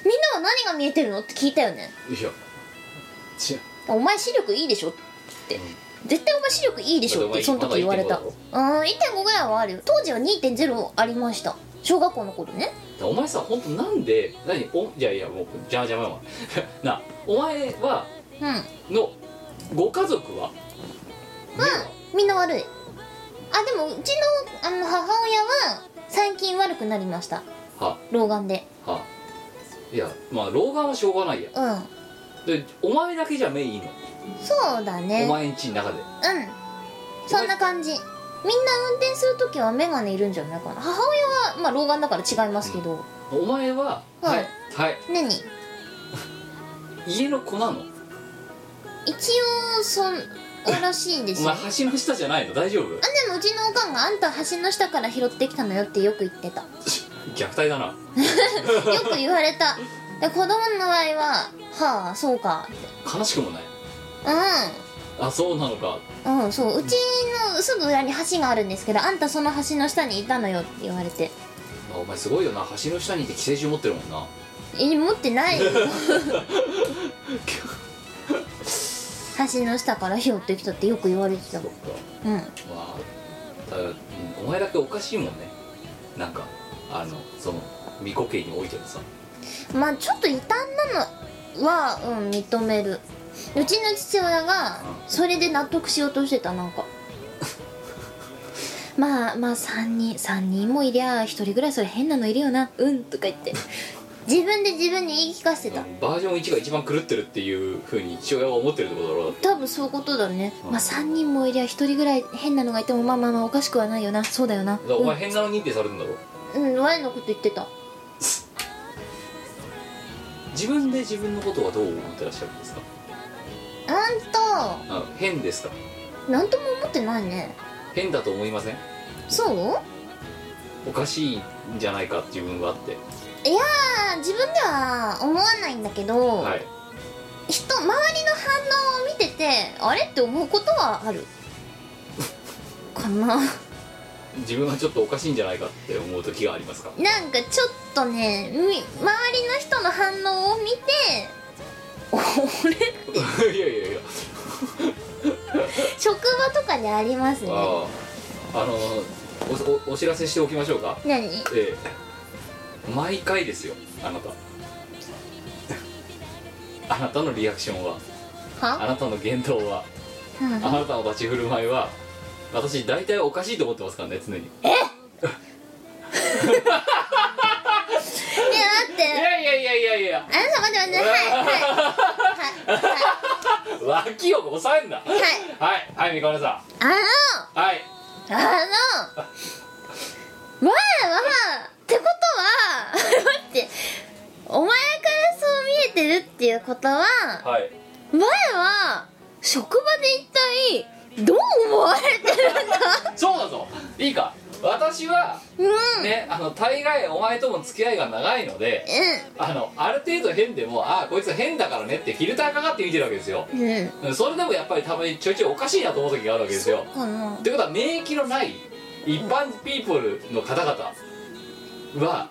[SPEAKER 3] みんなは何が見えてるのって聞いたよね
[SPEAKER 2] いや違う
[SPEAKER 3] お前視力いいでしょって絶対お前視力いいでしょってその時言われた
[SPEAKER 2] だって
[SPEAKER 3] うん1.5ぐらいはあるよ当時は2.0ありました小学校の頃ね
[SPEAKER 2] お前さ本当なんで何おいやいやもう邪魔邪魔よお前なあ お前は
[SPEAKER 3] うん
[SPEAKER 2] のご家族は
[SPEAKER 3] みんな悪いあでもうちのあの母親は最近悪くなりました
[SPEAKER 2] は
[SPEAKER 3] 老眼で
[SPEAKER 2] はいやまあ老眼はしょうがないや
[SPEAKER 3] うん
[SPEAKER 2] でお前だけじゃ目いいの
[SPEAKER 3] そうだ
[SPEAKER 2] お
[SPEAKER 3] ね
[SPEAKER 2] 前んちの中で
[SPEAKER 3] うんそんな感じみんな運転する時は眼鏡いるんじゃないかな母親はまあ老眼だから違いますけど、
[SPEAKER 2] お前は
[SPEAKER 3] はい
[SPEAKER 2] はい、はい、
[SPEAKER 3] 何
[SPEAKER 2] 家の子なの
[SPEAKER 3] 一応そんらしいんで
[SPEAKER 2] お
[SPEAKER 3] すよ
[SPEAKER 2] 前
[SPEAKER 3] あ
[SPEAKER 2] 橋の下じゃないの大丈夫
[SPEAKER 3] でもうちのおかんがあんた橋の下から拾ってきたのよってよく言ってた
[SPEAKER 2] 虐待だな
[SPEAKER 3] よく言われたで子供の場合ははあそうかって
[SPEAKER 2] 悲しくもない
[SPEAKER 3] うん
[SPEAKER 2] あそうなのか
[SPEAKER 3] うん、そううちのすぐ裏に橋があるんですけどあんたその橋の下にいたのよって言われて
[SPEAKER 2] あお前すごいよな橋の下にいて寄生虫持ってるもんな
[SPEAKER 3] え持ってないよ橋の下から拾ってきたってよく言われてた
[SPEAKER 2] そ
[SPEAKER 3] も
[SPEAKER 2] っ
[SPEAKER 3] ん
[SPEAKER 2] か
[SPEAKER 3] うん
[SPEAKER 2] まあただうんお前だけおかしいもんねなんかあのその未固形においてもさ
[SPEAKER 3] まあちょっと異端なのはうん認めるうちの父親がそれで納得しようとしてたなん かまあまあ3人3人もいりゃ1人ぐらいそれ変なのいるよなうんとか言って自分で自分に言い聞かせてた
[SPEAKER 2] バージョン1が一番狂ってるっていうふうに父親は思ってるってことだろう
[SPEAKER 3] 多分そういうことだね、
[SPEAKER 2] うん
[SPEAKER 3] まあ3人もいりゃ1人ぐらい変なのがいてもまあまあまあおかしくはないよなそうだよな
[SPEAKER 2] だからお前変なの認定されるんだろ
[SPEAKER 3] うん、うん、ワイのこと言ってた
[SPEAKER 2] 自分で自分のことはどう思ってらっしゃるんですか
[SPEAKER 3] あん
[SPEAKER 2] あ変ですか
[SPEAKER 3] となんとも思ってないね
[SPEAKER 2] 変だと思いません
[SPEAKER 3] そう
[SPEAKER 2] おかしいんじゃないか自分はって
[SPEAKER 3] あー自分では思わないんだけど、
[SPEAKER 2] はい
[SPEAKER 3] 人周りの反応を見ててあれって思うことは あるかな
[SPEAKER 2] 自分はちょっとおかしいんじゃないかって思う時がありますか
[SPEAKER 3] なんかちょっとねみ周りの人の反応を見て 俺
[SPEAKER 2] いやいやいや
[SPEAKER 3] 職場とかでありますね
[SPEAKER 2] あああのおおお知らせしておきましょうか
[SPEAKER 3] 何
[SPEAKER 2] ええ毎回ですよあなた あなたのリアクションはあ
[SPEAKER 3] は、
[SPEAKER 2] なたの言動は
[SPEAKER 3] うん
[SPEAKER 2] あなたの立ち振る舞いは私大体おかしいと思ってますからね常に
[SPEAKER 3] いや待って
[SPEAKER 2] いやいやいやいやい
[SPEAKER 3] あ
[SPEAKER 2] や
[SPEAKER 3] なた待って待ってはいはいはい
[SPEAKER 2] 脇を押さえんなはい
[SPEAKER 3] はい
[SPEAKER 2] はいはいみかねさ
[SPEAKER 3] あの
[SPEAKER 2] んはい
[SPEAKER 3] あのわあわあってことは待ってお前からそう見えてるっていうことは
[SPEAKER 2] はい
[SPEAKER 3] 前は職場で一体どう思われてるんだ
[SPEAKER 2] そうだぞいいか私は
[SPEAKER 3] うん
[SPEAKER 2] ねあの大概お前とも付き合いが長いのであのある程度変でもああこいつ変だからねってフィルターかかって見てるわけですよ
[SPEAKER 3] うんうん
[SPEAKER 2] うんそれでもやっぱりたまにちょいちょいおかしいなと思う時があるわけですよ
[SPEAKER 3] かな
[SPEAKER 2] ということは免疫のない一般ピープルの方々は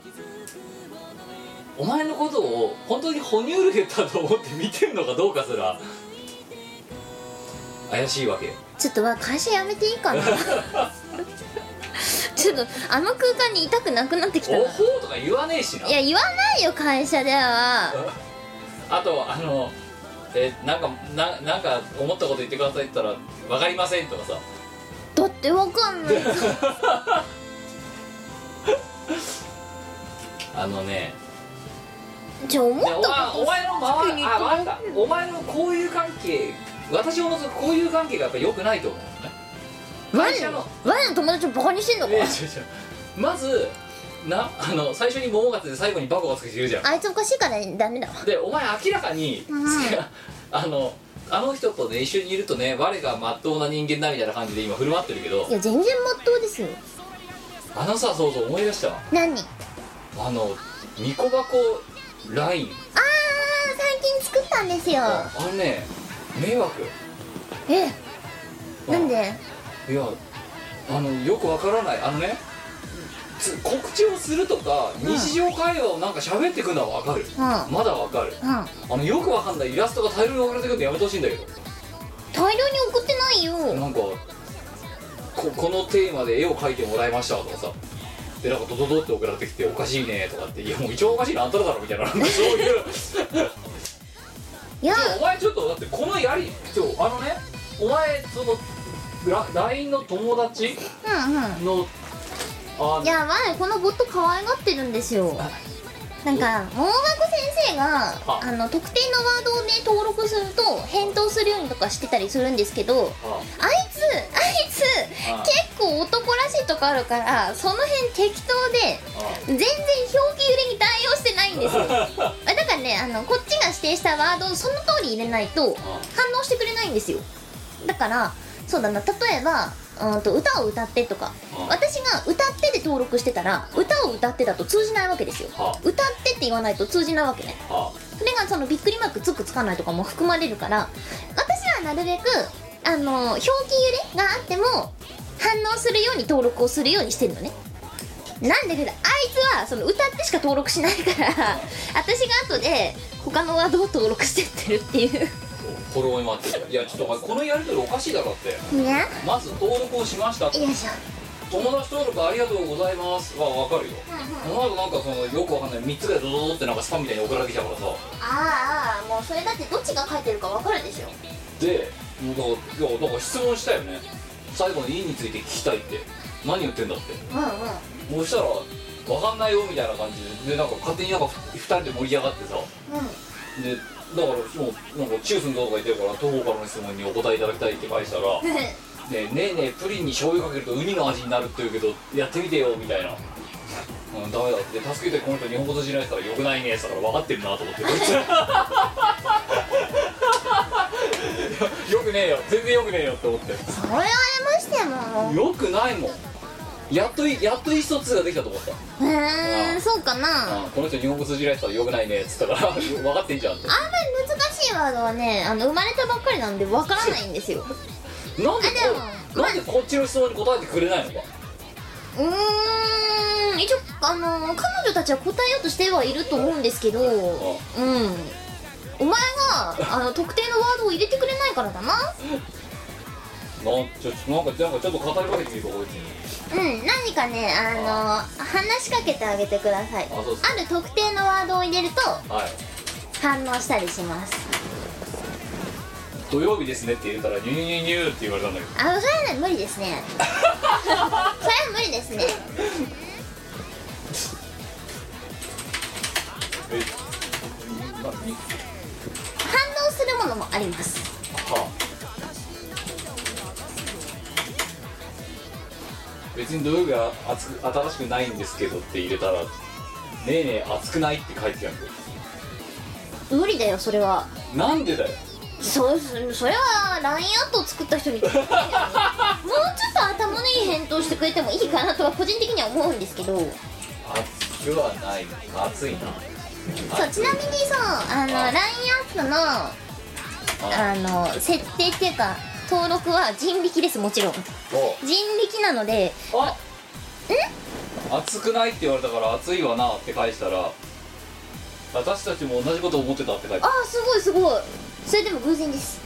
[SPEAKER 2] お前のことを本当に哺乳類だと思って見てるのかどうかすら怪しいわけよ
[SPEAKER 3] ちょっとわ会社辞めていいかなちょっとあの空間にいたくなくなってきたな
[SPEAKER 2] おほうとか言わねえしない
[SPEAKER 3] や言わないよ会社では
[SPEAKER 2] あとあのえなんかななんか思ったこと言ってくださいって言ったら「分かりません」とかさ
[SPEAKER 3] だってわかんない
[SPEAKER 2] あのね
[SPEAKER 3] じゃあ思っ
[SPEAKER 2] でお
[SPEAKER 3] た
[SPEAKER 2] 前お前の
[SPEAKER 3] 服
[SPEAKER 2] 周
[SPEAKER 3] に
[SPEAKER 2] り
[SPEAKER 3] 行
[SPEAKER 2] あ
[SPEAKER 3] く
[SPEAKER 2] わかったお前の交友関係私を除く交友関係がやっぱ良くないと思うのね
[SPEAKER 3] ことワ
[SPEAKER 2] 会社
[SPEAKER 3] ン
[SPEAKER 2] の
[SPEAKER 3] のワンの友達をバカにしてんの
[SPEAKER 2] い
[SPEAKER 3] か
[SPEAKER 2] や違う違うまずなあの最初に桃がついて最後にバコがつけてるじゃん
[SPEAKER 3] あいつおかしいからダメだわ
[SPEAKER 2] でお前明らかに、
[SPEAKER 3] うん
[SPEAKER 2] つけ あのあの人とね一緒にいるとね我がまっとうな人間だみたいな感じで今振る舞ってるけど
[SPEAKER 3] いや全然まっとうですよ
[SPEAKER 2] あのさそうそう思い出したわ
[SPEAKER 3] 何あー
[SPEAKER 2] あのニコバコライン
[SPEAKER 3] 最近作ったんですよ
[SPEAKER 2] あれね迷惑
[SPEAKER 3] えなんで
[SPEAKER 2] いやあのよくわからないあのねつ告知をするとか日常会話をなんか喋ってくんのはわかる、
[SPEAKER 3] うんうん
[SPEAKER 2] まだわかるあのよくわかんないイラストが大量に送られてくるのやめてほしいんだけど
[SPEAKER 3] 大量に送ってないよ
[SPEAKER 2] なんかここのテーマで絵を描いてもらいましたとかさでなんかドドドって送られてきて「おかしいね」とかって「いやもう一応おかしいのあんたらだろ」みたいななんかそういう
[SPEAKER 3] いや
[SPEAKER 2] お前ちょっとだってこのやりちょあのねお前そのラ LINE の友達
[SPEAKER 3] うんうん
[SPEAKER 2] のあ
[SPEAKER 3] いやわいこのボット可愛がってるんですよなんか桃箱先生が
[SPEAKER 2] あ
[SPEAKER 3] あの特定のワードで登録すると返答するようにとかしてたりするんですけど
[SPEAKER 2] あ
[SPEAKER 3] あいつあいつ
[SPEAKER 2] あ
[SPEAKER 3] 結構男らしいとこあるからその辺適当で全然表記揺れに対応してないんですよ あだからねあのこっちが指定したワードをその通り入れないと反応してくれないんですよだからそうだな例えばうんと歌を歌ってとか
[SPEAKER 2] うん
[SPEAKER 3] 私が「歌って」で登録してたら「歌を歌って」だと通じないわけですよ
[SPEAKER 2] は
[SPEAKER 3] 「歌って」って言わないと通じないわけね
[SPEAKER 2] あ
[SPEAKER 3] それがそのびっくりマークつくつかないとかも含まれるから私はなるべくあの表記揺れがあっても反応するように登録をするようにしてるのねなんだけどあいつはその歌ってしか登録しないから 私が後で他のワードを登録してってるっていう
[SPEAKER 2] フォローに待ってるいやちょっとお前このやり取りおかしいだろって
[SPEAKER 3] ね
[SPEAKER 2] まず登録をしました
[SPEAKER 3] よいしょ
[SPEAKER 2] 友達登録ありがとうございますはわかるよその後なんかそのよくわかんない3つぐらいドドドってなんかスパンみたいに送られてきたからさ
[SPEAKER 3] ああもうそれだってどっちが書いてるかわかるでしょ
[SPEAKER 2] でもうだからいやだから質問したよね最後の「い」について聞きたいって何言ってんだって
[SPEAKER 3] うん うん
[SPEAKER 2] もうしたら「わかんないよ」みたいな感じででなんか勝手になんか2人で盛り上がってさ
[SPEAKER 3] う
[SPEAKER 2] でだからもうなんかチュースンとか言ってるから東方からの質問にお答えいただきたいって返したら
[SPEAKER 3] ん
[SPEAKER 2] 「ねえねえねえプリンに醤油かけるとウニの味になるって言うけどやってみてよ」みたいな「うんダメだ」って「助けてこの人日本語通じないからよくないね」だから分かってるなと思ってこ いつよくねえよ全然よくねえよって思って
[SPEAKER 3] それはえましてやもん
[SPEAKER 2] よくないもんやっといやっと意思疎通ができたと思った、
[SPEAKER 3] うーんそうかな
[SPEAKER 2] あこの人日本語通じない人はよくないねっつったから 分かってんじゃんって
[SPEAKER 3] あんまり難しいワードはねあの生まれたばっかりなんでわからないんですよ
[SPEAKER 2] なんで
[SPEAKER 3] あで
[SPEAKER 2] こ
[SPEAKER 3] も
[SPEAKER 2] なんでこっちの質問に答えてくれないのか
[SPEAKER 3] うーん一応あの彼女たちは答えようとしてはいると思うんですけどうんお前があの特定のワードを入れてくれないからだな
[SPEAKER 2] なんちょなんかなんかちょっと語りかけてみるかこいつに
[SPEAKER 3] うん何かねあの話しかけてあげてください
[SPEAKER 2] あそうです
[SPEAKER 3] ある特定のワードを入れると
[SPEAKER 2] はい
[SPEAKER 3] 反応したりします
[SPEAKER 2] 土曜日ですねって言ったらニューニューニューって言われたんだけど
[SPEAKER 3] あそれはね無理です ねそれは無理ですね
[SPEAKER 2] えなに
[SPEAKER 3] 反応するものもあります
[SPEAKER 2] は別に土曜日は暑く新しくないんですけどって入れたら「ねえねえ暑くない?」って書いてきたんだよ
[SPEAKER 3] 無理だよそれは
[SPEAKER 2] なんでだよ
[SPEAKER 3] そうそそれは LINE アットを作った人に聞いてみたいよねもうちょっと頭のいい返答してくれてもいいかなとは個人的には思うんですけど
[SPEAKER 2] 暑くはない暑いな
[SPEAKER 3] そうちなみにそうあの LINE アットの
[SPEAKER 2] あ
[SPEAKER 3] あの設定っていうか登録は人力ですもちろん人
[SPEAKER 2] お
[SPEAKER 3] 力なので
[SPEAKER 2] あ暑くないって言われたから「暑いわな」って返したら「私たちも同じこと思ってた」って書いて
[SPEAKER 3] あ
[SPEAKER 2] あ
[SPEAKER 3] あすごいすごいそれでも偶然です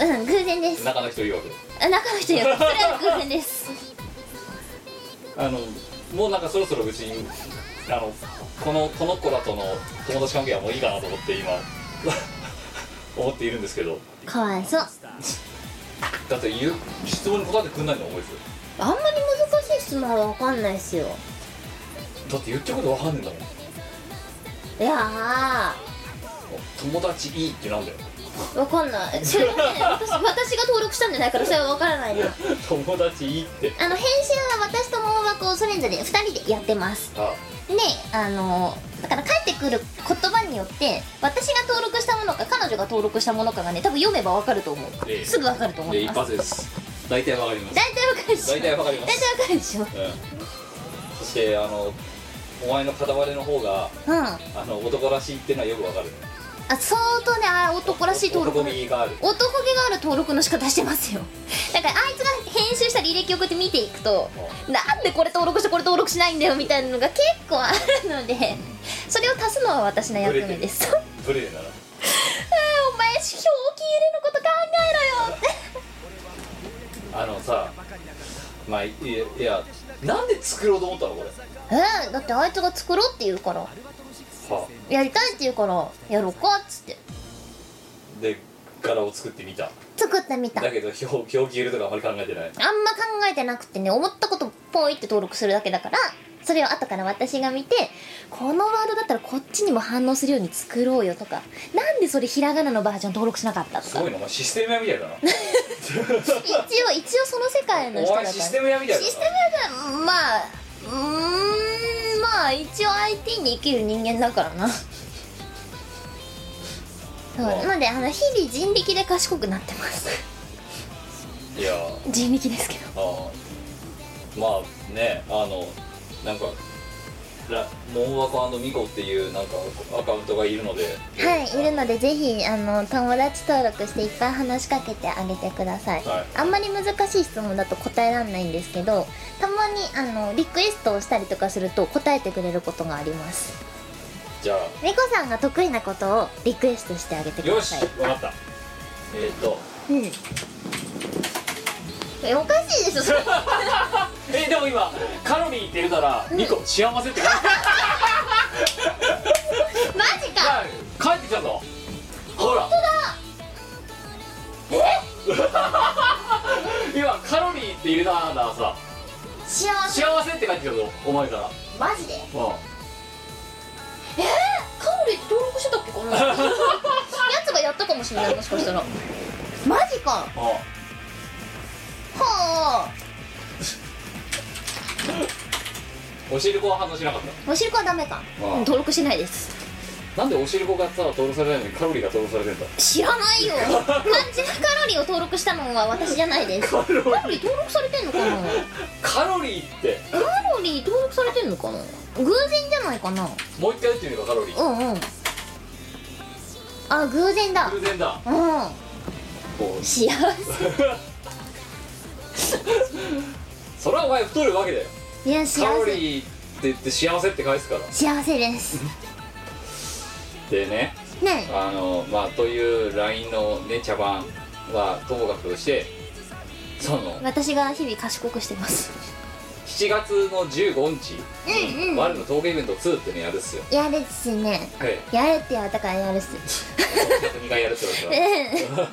[SPEAKER 3] うん偶然で
[SPEAKER 2] る
[SPEAKER 3] す
[SPEAKER 2] 中の人曰く
[SPEAKER 3] あ中の人よそれは偶然 です
[SPEAKER 2] あのもうなんかそろそろうちにあのこのこの子らとの友達関係はもういいかなと思って今 思っているんですけど
[SPEAKER 3] かわいそう
[SPEAKER 2] だって言う質問に答えてくんないの思いつ
[SPEAKER 3] あんまり難しい質問は分かんないっすよ
[SPEAKER 2] だって言ってることわかんねえんだもん
[SPEAKER 3] えいや
[SPEAKER 2] 友達いいってなんだよ
[SPEAKER 3] ーわかん ないそれはね私私が登録したんじゃないからそれはわからないな
[SPEAKER 2] 友達いいって
[SPEAKER 3] あの編集は私と盲枠をそれぞれ2人でやってます
[SPEAKER 2] あ
[SPEAKER 3] であのだから返ってくる言葉によって私が登録したものか彼女が登録したものかがね多分読めばわかると思う、
[SPEAKER 2] ええ
[SPEAKER 3] すぐわかると思
[SPEAKER 2] で
[SPEAKER 3] い
[SPEAKER 2] 一
[SPEAKER 3] ます
[SPEAKER 2] 発です大体わかります
[SPEAKER 3] 大体わかるでしょ
[SPEAKER 2] 大体わかります
[SPEAKER 3] 大体わかるでしょ
[SPEAKER 2] うんそしてあのお前の片割れの方が
[SPEAKER 3] うん
[SPEAKER 2] あの男らしいっていうのはよくわかる
[SPEAKER 3] あ相当ねあー男らしい登録
[SPEAKER 2] 男気がある
[SPEAKER 3] 男気がある登録の仕方してますよだからあいつが編集した履歴をこうやって見ていくとなんでこれ登録してこれ登録しないんだよみたいなのが結構あるのでそれを足すのは私の役目ですあー
[SPEAKER 2] ブレーなら
[SPEAKER 3] お前表記入れのこと考えろよって
[SPEAKER 2] あのさまあいいやいやなんで作ろうと思ったのこれ
[SPEAKER 3] えー、だってあいつが作ろうって言うから
[SPEAKER 2] は
[SPEAKER 3] やりたいって言うからやろうかっつって
[SPEAKER 2] あで柄を作ってみた
[SPEAKER 3] 作ってみたあん
[SPEAKER 2] だけど表表記入れとかあまり考えてない
[SPEAKER 3] ま考えてなくてね思ったことポイって登録するだけだからそれを後から私が見てこのワードだったらこっちにも反応するように作ろうよとかなんでそれひらがなのバージョン登録しなかった と
[SPEAKER 2] す
[SPEAKER 3] か
[SPEAKER 2] ごいなお前システム屋みたいだな
[SPEAKER 3] 一応一応その世界の人
[SPEAKER 2] お
[SPEAKER 3] だか
[SPEAKER 2] 前
[SPEAKER 3] ら
[SPEAKER 2] システム屋みたいだ
[SPEAKER 3] シス
[SPEAKER 2] な
[SPEAKER 3] テムがまあうーんまあ一応 IT に生きる人間だからなそう
[SPEAKER 2] まあ
[SPEAKER 3] なんであの日々人力で賢くなってます
[SPEAKER 2] いや
[SPEAKER 3] 人力ですけど
[SPEAKER 2] ああまあねあのなんかラモンワコミコっていうなんかアカウントがいるので
[SPEAKER 3] はいいるのでぜひあの友達登録していっぱい話しかけてあげてください、
[SPEAKER 2] はい
[SPEAKER 3] あんまり難しい質問だと答えられないんですけどたまにあのリクエストをしたりとかすると答えてくれることがあります
[SPEAKER 2] じゃ
[SPEAKER 3] 猫さんが得意なことをリクエストしてあげて
[SPEAKER 2] あ
[SPEAKER 3] く
[SPEAKER 2] よ
[SPEAKER 3] ださい
[SPEAKER 2] しわかったえーっと
[SPEAKER 3] うんえおかしいでし ょそれい
[SPEAKER 2] えでも今カロリーって言うたらミコ幸せって書いて
[SPEAKER 3] マジか
[SPEAKER 2] ある帰ってきたぞほらえ 今カロリーって入れたんださ
[SPEAKER 3] 幸せ
[SPEAKER 2] 幸せって書いてきたぞお前から
[SPEAKER 3] マジで
[SPEAKER 2] うん
[SPEAKER 3] えー、カロリーって登録してたっけこのや つがやったかもしれないもしかしたらマジか
[SPEAKER 2] うん
[SPEAKER 3] はあ
[SPEAKER 2] おしるこは反応しなかっ
[SPEAKER 3] おしるこはダメか
[SPEAKER 2] ああ
[SPEAKER 3] うん登録してないです
[SPEAKER 2] たなんでおしるこがさ登録されないのにカロリーが登録されてんだ
[SPEAKER 3] 知らないよ漢字のカロリーを登録したのは私じゃないですカ
[SPEAKER 2] ロリー
[SPEAKER 3] ロリー登録されてんのかな
[SPEAKER 2] カロリーって
[SPEAKER 3] カロリー登録されてんのかな偶然じゃないかな
[SPEAKER 2] もう一回打ってみるかカロリー
[SPEAKER 3] うんうんあ偶然だ
[SPEAKER 2] 偶然だ
[SPEAKER 3] うん
[SPEAKER 2] こう
[SPEAKER 3] 幸せ
[SPEAKER 2] それはお前太るわけだよ
[SPEAKER 3] いや
[SPEAKER 2] カロ
[SPEAKER 3] 幸せ
[SPEAKER 2] リーって言って幸せって返すから
[SPEAKER 3] 幸せです
[SPEAKER 2] でね
[SPEAKER 3] ね
[SPEAKER 2] あのまあという LINE のね茶番はともかくとしてその
[SPEAKER 3] 私が日々賢くしてます
[SPEAKER 2] 7月の15日
[SPEAKER 3] うんう
[SPEAKER 2] に「
[SPEAKER 3] ん
[SPEAKER 2] 我の峠イベント2」っていうのやるっすよ
[SPEAKER 3] やるっすね
[SPEAKER 2] はい
[SPEAKER 3] やるってやったからやるっす
[SPEAKER 2] 2回やるってこと
[SPEAKER 3] う
[SPEAKER 2] だ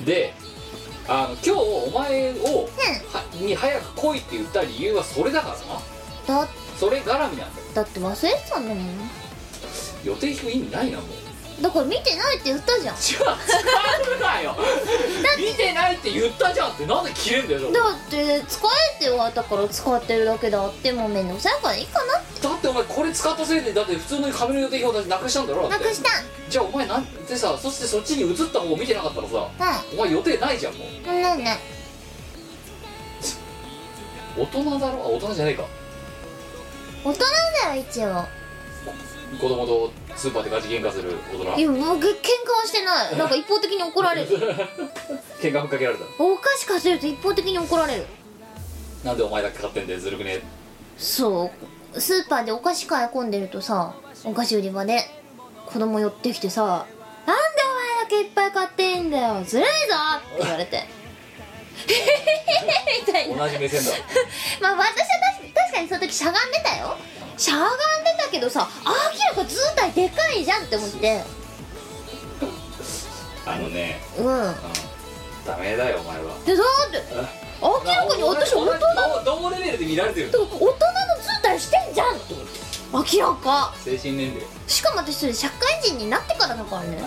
[SPEAKER 3] ん
[SPEAKER 2] であの今日お前をはに早く来いって言った理由はそれだからな
[SPEAKER 3] だ
[SPEAKER 2] それ絡みなんだよ
[SPEAKER 3] だって忘れてたんだもん
[SPEAKER 2] 予定表意味ないなもう
[SPEAKER 3] だから見てないって言ったじゃん
[SPEAKER 2] 違う使うなよ見てないって言ったじゃんってなんで切れんだよそれ
[SPEAKER 3] だって使えって言われたから使ってるだけであってもうめんどくさいからいいかなって
[SPEAKER 2] だってお前これ使ったせいでだって普通の紙の予定表だってなくしたんだろだ
[SPEAKER 3] な
[SPEAKER 2] って
[SPEAKER 3] くした
[SPEAKER 2] じゃあお前なんてさそしてそっちに移った方を見てなかったらさ
[SPEAKER 3] う
[SPEAKER 2] お前予定ないじゃんも
[SPEAKER 3] んなんね
[SPEAKER 2] う大人だろあ大人じゃねえか
[SPEAKER 3] 大人だよ一応
[SPEAKER 2] 子供とスーパーでガチ喧嘩する大
[SPEAKER 3] い
[SPEAKER 2] 人
[SPEAKER 3] やもう喧嘩はしてないなんか一方的に怒られる
[SPEAKER 2] 喧嘩ふっかけられた
[SPEAKER 3] お菓子貸せると一方的に怒られる
[SPEAKER 2] なんでお前だけ買ってんだよずるくねえ
[SPEAKER 3] そうスーパーでお菓子買い込んでるとさお菓子売り場で子供寄ってきてさ「なんでお前だけいっぱい買ってんだよずるいぞ!」って言われて「へへへへ」みたいな
[SPEAKER 2] 同じ目線だ
[SPEAKER 3] まあ私は確か確かにその時しゃがんでたよしゃがんでたけどさ明らか図体でかいじゃんって思って
[SPEAKER 2] あのね、
[SPEAKER 3] うん
[SPEAKER 2] うん、ダメだよお前は
[SPEAKER 3] でだって明らかに私大人
[SPEAKER 2] 同同レベルで見られてる
[SPEAKER 3] と大人の図体してんじゃんって思って明らか
[SPEAKER 2] 精神年齢
[SPEAKER 3] しかも私それ社会人になってからだからね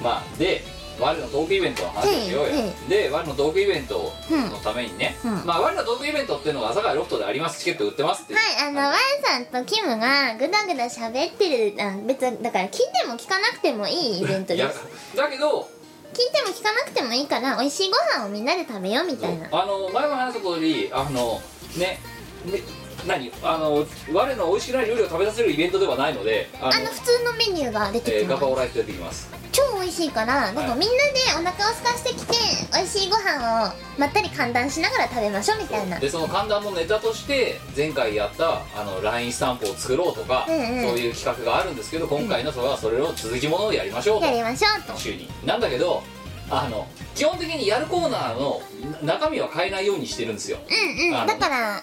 [SPEAKER 2] まあで我のトークイベントの話をしようよ
[SPEAKER 3] えええ
[SPEAKER 2] で我のトークイベントのためにね、
[SPEAKER 3] うん
[SPEAKER 2] まあ我のトークイベントっていうのが朝霞ロフトでありますチケット売ってますって
[SPEAKER 3] はい、あの、ワンさんとキムがぐだぐだ喋ってる、あ別に、だから聞いても聞かなくてもいいイベント
[SPEAKER 2] い
[SPEAKER 3] で
[SPEAKER 2] や
[SPEAKER 3] す。
[SPEAKER 2] だけど
[SPEAKER 3] 聞いても聞かなくてもいいから、美味しいご飯をみんなで食べようみたいな。
[SPEAKER 2] あの前も話した通りあのねね何あの我の美味しくない料理を食べさせるイベントではないのであの
[SPEAKER 3] あの、普通のメニューが出
[SPEAKER 2] え
[SPEAKER 3] て
[SPEAKER 2] ー
[SPEAKER 3] く
[SPEAKER 2] ガパ
[SPEAKER 3] る
[SPEAKER 2] オライス出てきます
[SPEAKER 3] 超美味しいから、だからみんなでお腹を空かしてきて、美味しいご飯をまったり寒暖しながら食べましょうみたいな。
[SPEAKER 2] でその寒暖のネタとして前回やったあの LINE スタンプを作ろうとか、
[SPEAKER 3] うんうん
[SPEAKER 2] そういう企画があるんですけど今回のそれはそれを続きものをやりましょうと
[SPEAKER 3] やりましょうと。
[SPEAKER 2] 週になんだけどあの基本的にやるコーナーのな中身は変えないようにしてるんですよ
[SPEAKER 3] うんう
[SPEAKER 2] あ
[SPEAKER 3] ん。
[SPEAKER 2] の
[SPEAKER 3] だから、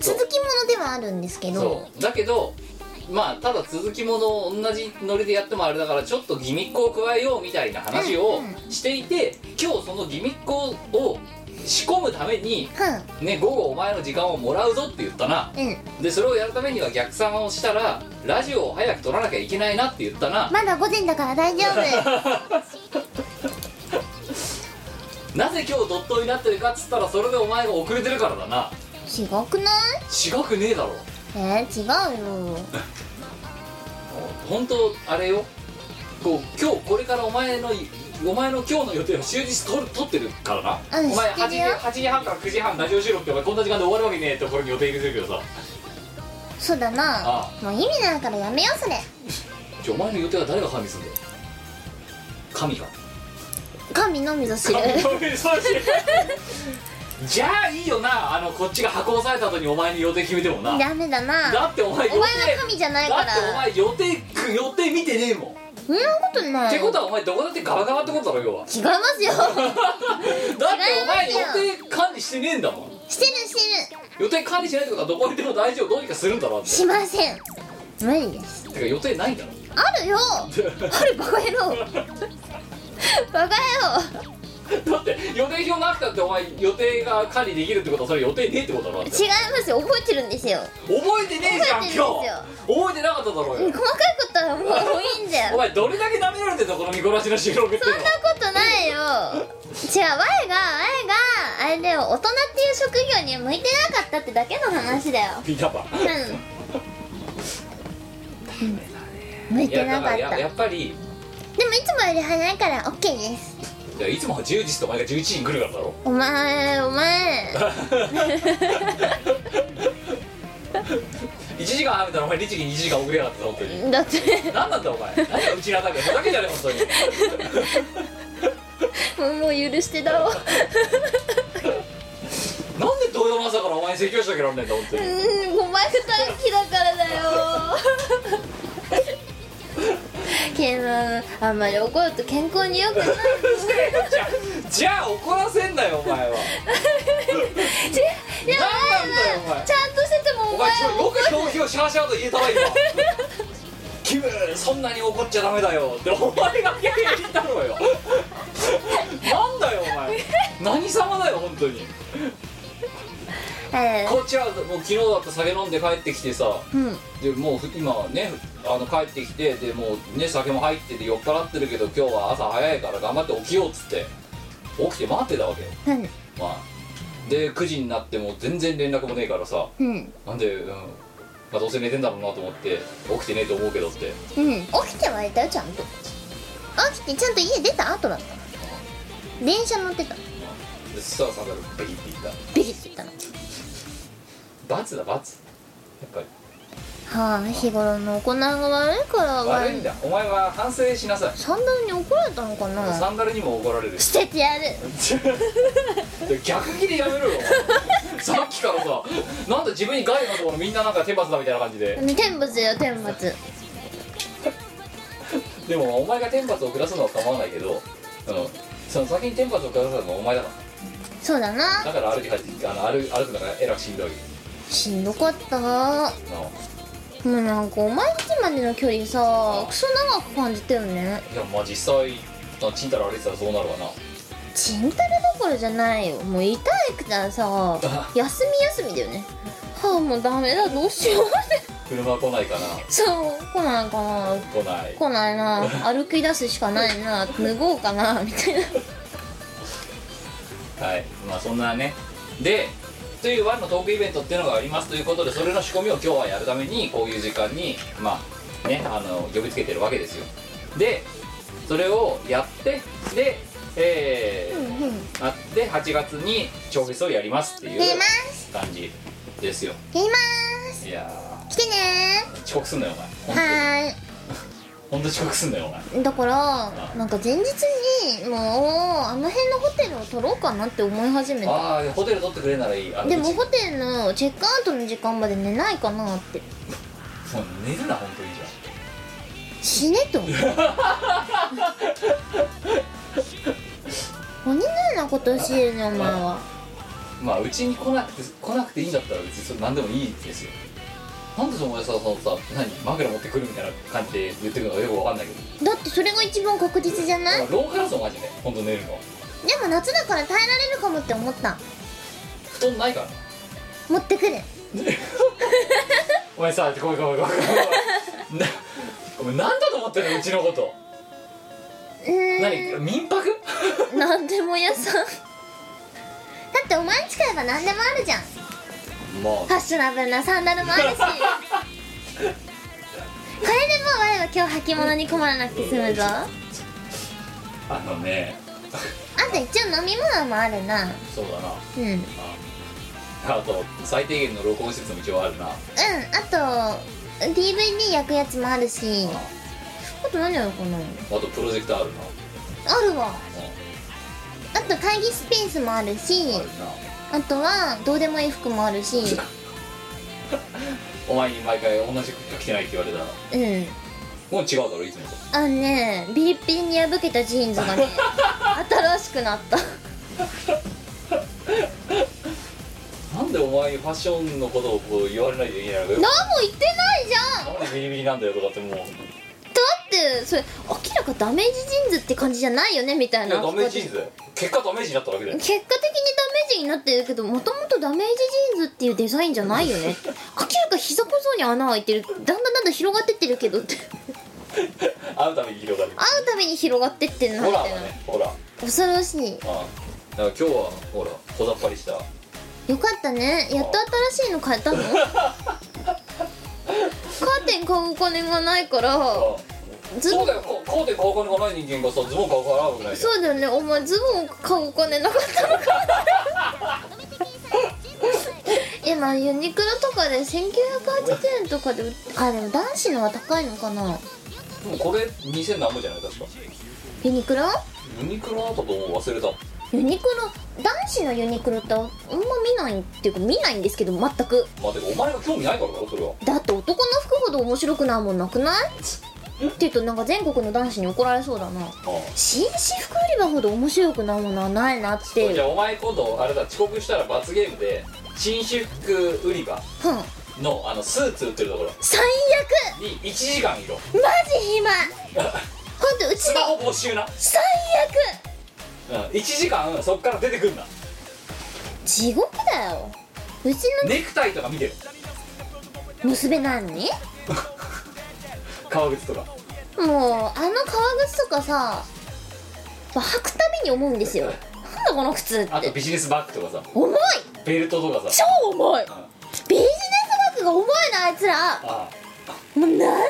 [SPEAKER 2] そう
[SPEAKER 3] 続きものではあるんですけど
[SPEAKER 2] そ、うだけどまあただ続きもの同じノリでやってもあれだからちょっとギミックを加えようみたいな話を
[SPEAKER 3] うん
[SPEAKER 2] していて、今日そのギミックを仕込むために
[SPEAKER 3] う、
[SPEAKER 2] ね午後お前の時間をもらうぞって言ったなん
[SPEAKER 3] うん。
[SPEAKER 2] でそれをやるためには逆算をしたらラジオを早く撮らなきゃいけないなって言ったな、
[SPEAKER 3] まだ午前だから大丈夫。
[SPEAKER 2] なぜ今日ドットになってるかっつったらそれでお前が遅れてるからだな
[SPEAKER 3] 違くない
[SPEAKER 2] 違くねえだろ
[SPEAKER 3] えー、違 うよ
[SPEAKER 2] 本当あれよこう今日これからお前のお前の今日の予定は終日取る取ってるからな、
[SPEAKER 3] うん
[SPEAKER 2] お前
[SPEAKER 3] 知って
[SPEAKER 2] 8
[SPEAKER 3] る
[SPEAKER 2] 時
[SPEAKER 3] よ
[SPEAKER 2] 8時半から9時半ラジオ収録ってお前こんな時間で終わるわけねえってこれに予定入れてるけどさ
[SPEAKER 3] そうだな
[SPEAKER 2] あ
[SPEAKER 3] もう意味ないからやめようそれ
[SPEAKER 2] じゃあお前の予定は誰が管理するんだよ神が
[SPEAKER 3] 神のみぞ知る
[SPEAKER 2] 神が管理するじゃあいいよなあのこっちが箱押さえた後にお前に予定決めても な
[SPEAKER 3] ダメだな
[SPEAKER 2] だってお前予
[SPEAKER 3] お
[SPEAKER 2] 定
[SPEAKER 3] 前は神じゃないから
[SPEAKER 2] だってお前予定予定見てねえもん、
[SPEAKER 3] そんなことない
[SPEAKER 2] ってことはお前どこだってガバガバってことだろ要は
[SPEAKER 3] 違い ますよ
[SPEAKER 2] だってお前予定管理してねえんだもん
[SPEAKER 3] してるしてる
[SPEAKER 2] 予定管理しないってことはどこにでも大丈夫どうにかするんだろうっ
[SPEAKER 3] しません無理です
[SPEAKER 2] ててか予定ないんだろ
[SPEAKER 3] あるよあるバカ野郎バカ野郎
[SPEAKER 2] だって予定表なくたってお前予定が管理できるってことはそれ予定ねえってことだろだっ
[SPEAKER 3] 違い
[SPEAKER 2] て
[SPEAKER 3] ますよ覚えてるんですよ
[SPEAKER 2] 覚えてねえじゃん今日覚えてなかっただろう
[SPEAKER 3] 細
[SPEAKER 2] よ
[SPEAKER 3] かいことはもういいんだ
[SPEAKER 2] お
[SPEAKER 3] よ
[SPEAKER 2] 前どれだけ舐められてんだこの見殺しの収録って
[SPEAKER 3] そ
[SPEAKER 2] の
[SPEAKER 3] んなことないよ違う我が我があれだよ大人っていう職業に向いてなかったってだけの話だよ
[SPEAKER 2] ピタパ
[SPEAKER 3] うん向い
[SPEAKER 2] い
[SPEAKER 3] て
[SPEAKER 2] や
[SPEAKER 3] な
[SPEAKER 2] だか
[SPEAKER 3] かっ
[SPEAKER 2] ら
[SPEAKER 3] た
[SPEAKER 2] や
[SPEAKER 3] で
[SPEAKER 2] や
[SPEAKER 3] も
[SPEAKER 2] っぱり
[SPEAKER 3] いつもより早いから OK です
[SPEAKER 2] いやいつもは10時とお前が11時に来るからだろ
[SPEAKER 3] お前お前
[SPEAKER 2] 1時間はめたらお前律儀に1時間遅れやがった本当に
[SPEAKER 3] だって
[SPEAKER 2] 何なんだお前何がうちらだけふざけじゃねえ本当に
[SPEAKER 3] もう許してだろう
[SPEAKER 2] なんで土曜の朝からお前に説教しなきゃなんねえんだ本当に
[SPEAKER 3] うんお前が短期だからだよケンはあんまり怒ると健康に良くない違う
[SPEAKER 2] じゃあじゃあ怒らせんなよお前は
[SPEAKER 3] でも
[SPEAKER 2] 何なんだよお
[SPEAKER 3] 前
[SPEAKER 2] 前
[SPEAKER 3] はちゃんとしててもお
[SPEAKER 2] お
[SPEAKER 3] 前
[SPEAKER 2] 前
[SPEAKER 3] は
[SPEAKER 2] よく表記をシャーシャーと言えたわ今キムそんなに怒っちゃダメだよってお前がいやいや言ったのよなんだよお前何様だよ本当に
[SPEAKER 3] え
[SPEAKER 2] こっちはもう昨日だって酒飲んで帰ってきてさ
[SPEAKER 3] えうん
[SPEAKER 2] でもうふ今はねあの帰ってきてでもうね酒も入ってて酔っ払ってるけど今日は朝早いから頑張って起きようっつって起きて待ってたわけよ
[SPEAKER 3] うん
[SPEAKER 2] まあで9時になっても全然連絡もねえからさ
[SPEAKER 3] うん
[SPEAKER 2] なんで、うんまあ、どうせ寝てんだろうなと思って起きてねえと思うけどって
[SPEAKER 3] うん起きてはいたよちゃんと起きてちゃんと家出た後だった電車乗ってた
[SPEAKER 2] でそしたらさんがビキって言っ
[SPEAKER 3] ビリって言ったの
[SPEAKER 2] た罰だ罰やっぱり
[SPEAKER 3] はあ日頃の行いが悪いから
[SPEAKER 2] 悪いんだお前は反省しなさい
[SPEAKER 3] サンダルに怒られたのか
[SPEAKER 2] サ
[SPEAKER 3] な
[SPEAKER 2] ンダルにも怒られ る
[SPEAKER 3] 捨ててやる
[SPEAKER 2] 逆ギレやめろよお前 さっきからさなんで自分に害があるところみんななんか天罰だみたいな感じで
[SPEAKER 3] 天罰よ天罰
[SPEAKER 2] でもお前が天罰を下すのは構わないけど、うん、その先に天罰を下すのはお前だか
[SPEAKER 3] そうだな
[SPEAKER 2] らだから歩き始めあの歩歩くのがえらくしんどい
[SPEAKER 3] しんどかったも
[SPEAKER 2] の
[SPEAKER 3] うなんかお前んちまでの距離さクソ長く感じたよね
[SPEAKER 2] いやまあ実際なちんたら歩いてたらそうなるわな
[SPEAKER 3] ちんたらどころじゃないよもう痛いくたらさ休み休みだよねはあもうダメだどうしようって
[SPEAKER 2] 車来ないかな
[SPEAKER 3] そう来ないかな
[SPEAKER 2] 来ない
[SPEAKER 3] 来ないな歩き出すしかないな脱ごうかなみたいな
[SPEAKER 2] はいまあそんなねでというワンのトークイベントっていうのがありますということでそれの仕込みを今日はやるためにこういう時間にまあねあの呼びつけてるわけですよでそれをやってでえーあって8月に超フェスをやりますっていう
[SPEAKER 3] 出ます
[SPEAKER 2] 感じですよ
[SPEAKER 3] 出ます
[SPEAKER 2] いや
[SPEAKER 3] 来てね
[SPEAKER 2] ー遅刻すんなよお前
[SPEAKER 3] はーい
[SPEAKER 2] ほんと遅刻すんなよお前
[SPEAKER 3] だからなんか前日にもうあの辺のホテルを取ろうかなって思い始めた
[SPEAKER 2] ああホテル取ってくれるならいいあの
[SPEAKER 3] でも
[SPEAKER 2] うち
[SPEAKER 3] ホテルのチェックアウトの時間まで寝ないかなって
[SPEAKER 2] もう寝るな本当にじゃあ
[SPEAKER 3] 死ね と鬼のようなことしてるねお前は
[SPEAKER 2] まあうちに来なくて来なくていいんだったら別にそれ何でもいいですよなんでそのお前さそのさ何枕持ってくるみたいな感じで言ってくるのかよくわかんないけど
[SPEAKER 3] だってそれが一番確実じゃない
[SPEAKER 2] だからローカルぞマジで本当寝るのは
[SPEAKER 3] でも夏だから耐えられるかもって思った
[SPEAKER 2] 布団ないから
[SPEAKER 3] 持ってくる
[SPEAKER 2] お前さごめんごめんごめんごめ んなお前何だと思ってるのうちのこと
[SPEAKER 3] うー
[SPEAKER 2] 何民泊
[SPEAKER 3] ん何でも屋さんだってお前んち買えば何でもあるじゃんフ
[SPEAKER 2] まあ
[SPEAKER 3] ァッショナブルなサンダル もあるしこれでもう我は今日履物に困らなくて済むぞあ
[SPEAKER 2] あのね
[SPEAKER 3] と一応飲み物もあるな
[SPEAKER 2] そうだな
[SPEAKER 3] うんうん
[SPEAKER 2] あと最低限の録音施設も一応あるな
[SPEAKER 3] あと DVD 焼くやつもあるしあと何やるかな
[SPEAKER 2] あとプロジェクターあるな
[SPEAKER 3] あるわあと会議スペースもあるし
[SPEAKER 2] ある
[SPEAKER 3] あ
[SPEAKER 2] な
[SPEAKER 3] とはどうでもいい服もあるし
[SPEAKER 2] お前に毎回同じ服着てないって言われたら
[SPEAKER 3] うん
[SPEAKER 2] もう違うだろいつもと
[SPEAKER 3] あのねビリビリに破けたジーンズ がね新しくなった
[SPEAKER 2] なんでお前にファッションのことをこう言われないといけないの
[SPEAKER 3] 何
[SPEAKER 2] かよ
[SPEAKER 3] も言ってないじゃんだ
[SPEAKER 2] なんでビリビリなんだよとかってもうい
[SPEAKER 3] ってそれ明らかダメージジーンズって感じじゃないよねみたいな
[SPEAKER 2] やダメージジーンズだよ結果ダメージになったわけだよ
[SPEAKER 3] 結果的にダメージになってるけどもともとダメージジーンズっていうデザインじゃないよね明らか膝小僧に穴開いてるだんだんだんだん広がってってるけどって
[SPEAKER 2] 会うたびに広がる
[SPEAKER 3] 会うたびに広がってってんな
[SPEAKER 2] ホ
[SPEAKER 3] み
[SPEAKER 2] ラ
[SPEAKER 3] た
[SPEAKER 2] ー
[SPEAKER 3] いな
[SPEAKER 2] だねホラー
[SPEAKER 3] 恐ろしい
[SPEAKER 2] ああだから今日はほら小ざっぱりした
[SPEAKER 3] よかったねやっと新しいの買えたのカーテン買うお金がないから
[SPEAKER 2] あ
[SPEAKER 3] ズボ
[SPEAKER 2] そ
[SPEAKER 3] ン
[SPEAKER 2] うだよこコーテ買うお金がない人間がさズボン買うからわけないじゃん
[SPEAKER 3] そうだよねお前ズボン買うお金なかったのか今ユニクロとかで1980円とかで売っあでも男子のは高いのかな
[SPEAKER 2] でもこれ2000何もじゃない確か
[SPEAKER 3] ユニクロ
[SPEAKER 2] ユニクロだとどう忘れた
[SPEAKER 3] ユニクロ男子のユニクロってあんま見ないっていうか見ないんですけど全く
[SPEAKER 2] まあでもお前が興味ないからだろそれは
[SPEAKER 3] だって男の服ほど面白くないもんなくないって言うとなんか全国の男子に怒られそうだな
[SPEAKER 2] ああ
[SPEAKER 3] 紳士服売り場ほど面白くないものはないなって
[SPEAKER 2] じゃあお前今度あれだ遅刻したら罰ゲームで新宿売り場
[SPEAKER 3] ふん
[SPEAKER 2] のあのスーツ売ってるところ
[SPEAKER 3] 最
[SPEAKER 2] に1時間いろ
[SPEAKER 3] 悪マジ暇ほんとうち
[SPEAKER 2] ス
[SPEAKER 3] で
[SPEAKER 2] マホ没収な、
[SPEAKER 3] 最悪
[SPEAKER 2] うん、1時間そっから出てくんな
[SPEAKER 3] 地獄だようち
[SPEAKER 2] ネクタイとか見てる
[SPEAKER 3] の娘なのに
[SPEAKER 2] 革靴とか
[SPEAKER 3] もうあの革靴とかさ履くたびに思うんですよなんだこの靴っ
[SPEAKER 2] あと
[SPEAKER 3] て
[SPEAKER 2] ビジネスバッグとかさ
[SPEAKER 3] 重い
[SPEAKER 2] ベルトとか
[SPEAKER 3] 超
[SPEAKER 2] さ
[SPEAKER 3] 重い
[SPEAKER 2] あ
[SPEAKER 3] ビジネスバッグが重いなあいつら
[SPEAKER 2] あ
[SPEAKER 3] もうなん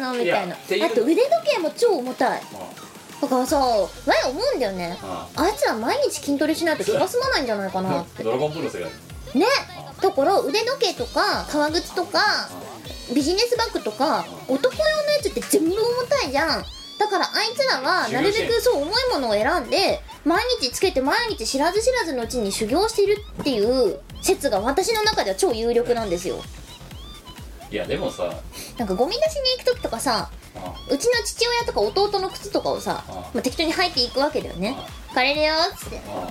[SPEAKER 3] なのみたいな
[SPEAKER 2] いやっていう
[SPEAKER 3] あと腕時計も超重たい
[SPEAKER 2] あ
[SPEAKER 3] だからさ前思うんだよね
[SPEAKER 2] あ
[SPEAKER 3] あいつら毎日筋トレしないと気が済まないんじゃないかな
[SPEAKER 2] あ
[SPEAKER 3] って
[SPEAKER 2] ドラゴンボールの世界
[SPEAKER 3] ねだから腕時計とか革靴とかビジネスバッグとか男用のやつって全部重たいじゃんだからあいつらはなるべくそう重いものを選んで毎日つけて毎日知らず知らずのうちに修行してるっていう説が私の中では超有力なんですよ
[SPEAKER 2] いやでもさ
[SPEAKER 3] なんかゴミ出しに行く時とかさ
[SPEAKER 2] あ
[SPEAKER 3] うちの父親とか弟の靴とかをさ
[SPEAKER 2] ああ、
[SPEAKER 3] まあ、適当に履いていくわけだよね借りるよっつって
[SPEAKER 2] あ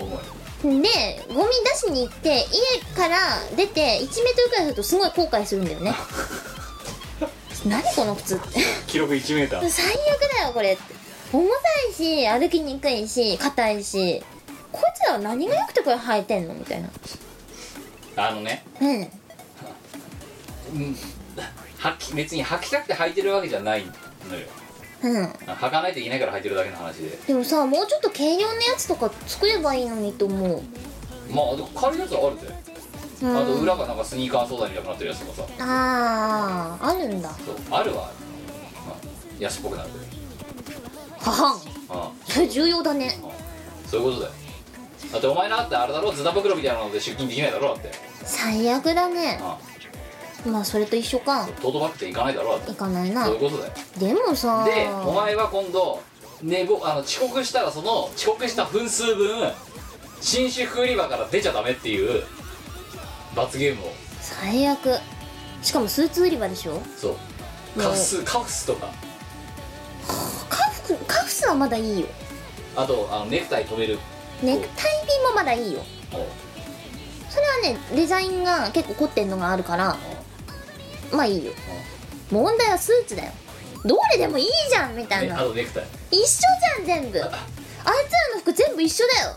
[SPEAKER 2] 重い
[SPEAKER 3] でゴミ出しに行って家から出て1メートルくらいするとすごい後悔するんだよね 何この靴って
[SPEAKER 2] 記録 1m
[SPEAKER 3] 最悪だよこれって重たいし歩きにくいし硬いしこいつらは何が良くてこれ履いてんのみたいな
[SPEAKER 2] あのね
[SPEAKER 3] うん
[SPEAKER 2] うんはき別に履きたくて履いてるわけじゃないのよ
[SPEAKER 3] うん
[SPEAKER 2] 履かないといけないから履いてるだけの話で
[SPEAKER 3] でもさもうちょっと軽量のやつとか作ればいいのにと思う
[SPEAKER 2] まあでも軽いやつはあるぜ、
[SPEAKER 3] うん
[SPEAKER 2] あと裏がなんかスニーカー素材みたいになってるやつとかさ
[SPEAKER 3] あああるんだ
[SPEAKER 2] そうあるはある、まあ、安っぽくなるけ
[SPEAKER 3] は
[SPEAKER 2] ど
[SPEAKER 3] はん
[SPEAKER 2] あ
[SPEAKER 3] それ重要だね
[SPEAKER 2] あああそういうことだよだってお前なってあれだろズタ袋みたいなので出勤できないだろだって
[SPEAKER 3] 最悪だね
[SPEAKER 2] あ
[SPEAKER 3] まあそれと一緒か
[SPEAKER 2] あトートバッグっていかないだろだって
[SPEAKER 3] いかないな
[SPEAKER 2] そういうことだよ
[SPEAKER 3] でもさ
[SPEAKER 2] でお前は今度、ね、ぼあの遅刻したらその遅刻した分数分新宿売り場から出ちゃダメっていう罰ゲームを
[SPEAKER 3] 最悪しかもスーツ売り場でしょ
[SPEAKER 2] そうカフスカフスとか
[SPEAKER 3] カフカフスはまだいいよ
[SPEAKER 2] あとあのネクタイ止める
[SPEAKER 3] ネクタイピンもまだいいよ
[SPEAKER 2] もう
[SPEAKER 3] それはねデザインが結構凝ってんのがあるからまあいいよ問題はスーツだよどれでもいいじゃんみたい
[SPEAKER 2] ね、あ
[SPEAKER 3] な
[SPEAKER 2] とネクタイ
[SPEAKER 3] 一緒じゃん全部あいつらの服全部一緒だよ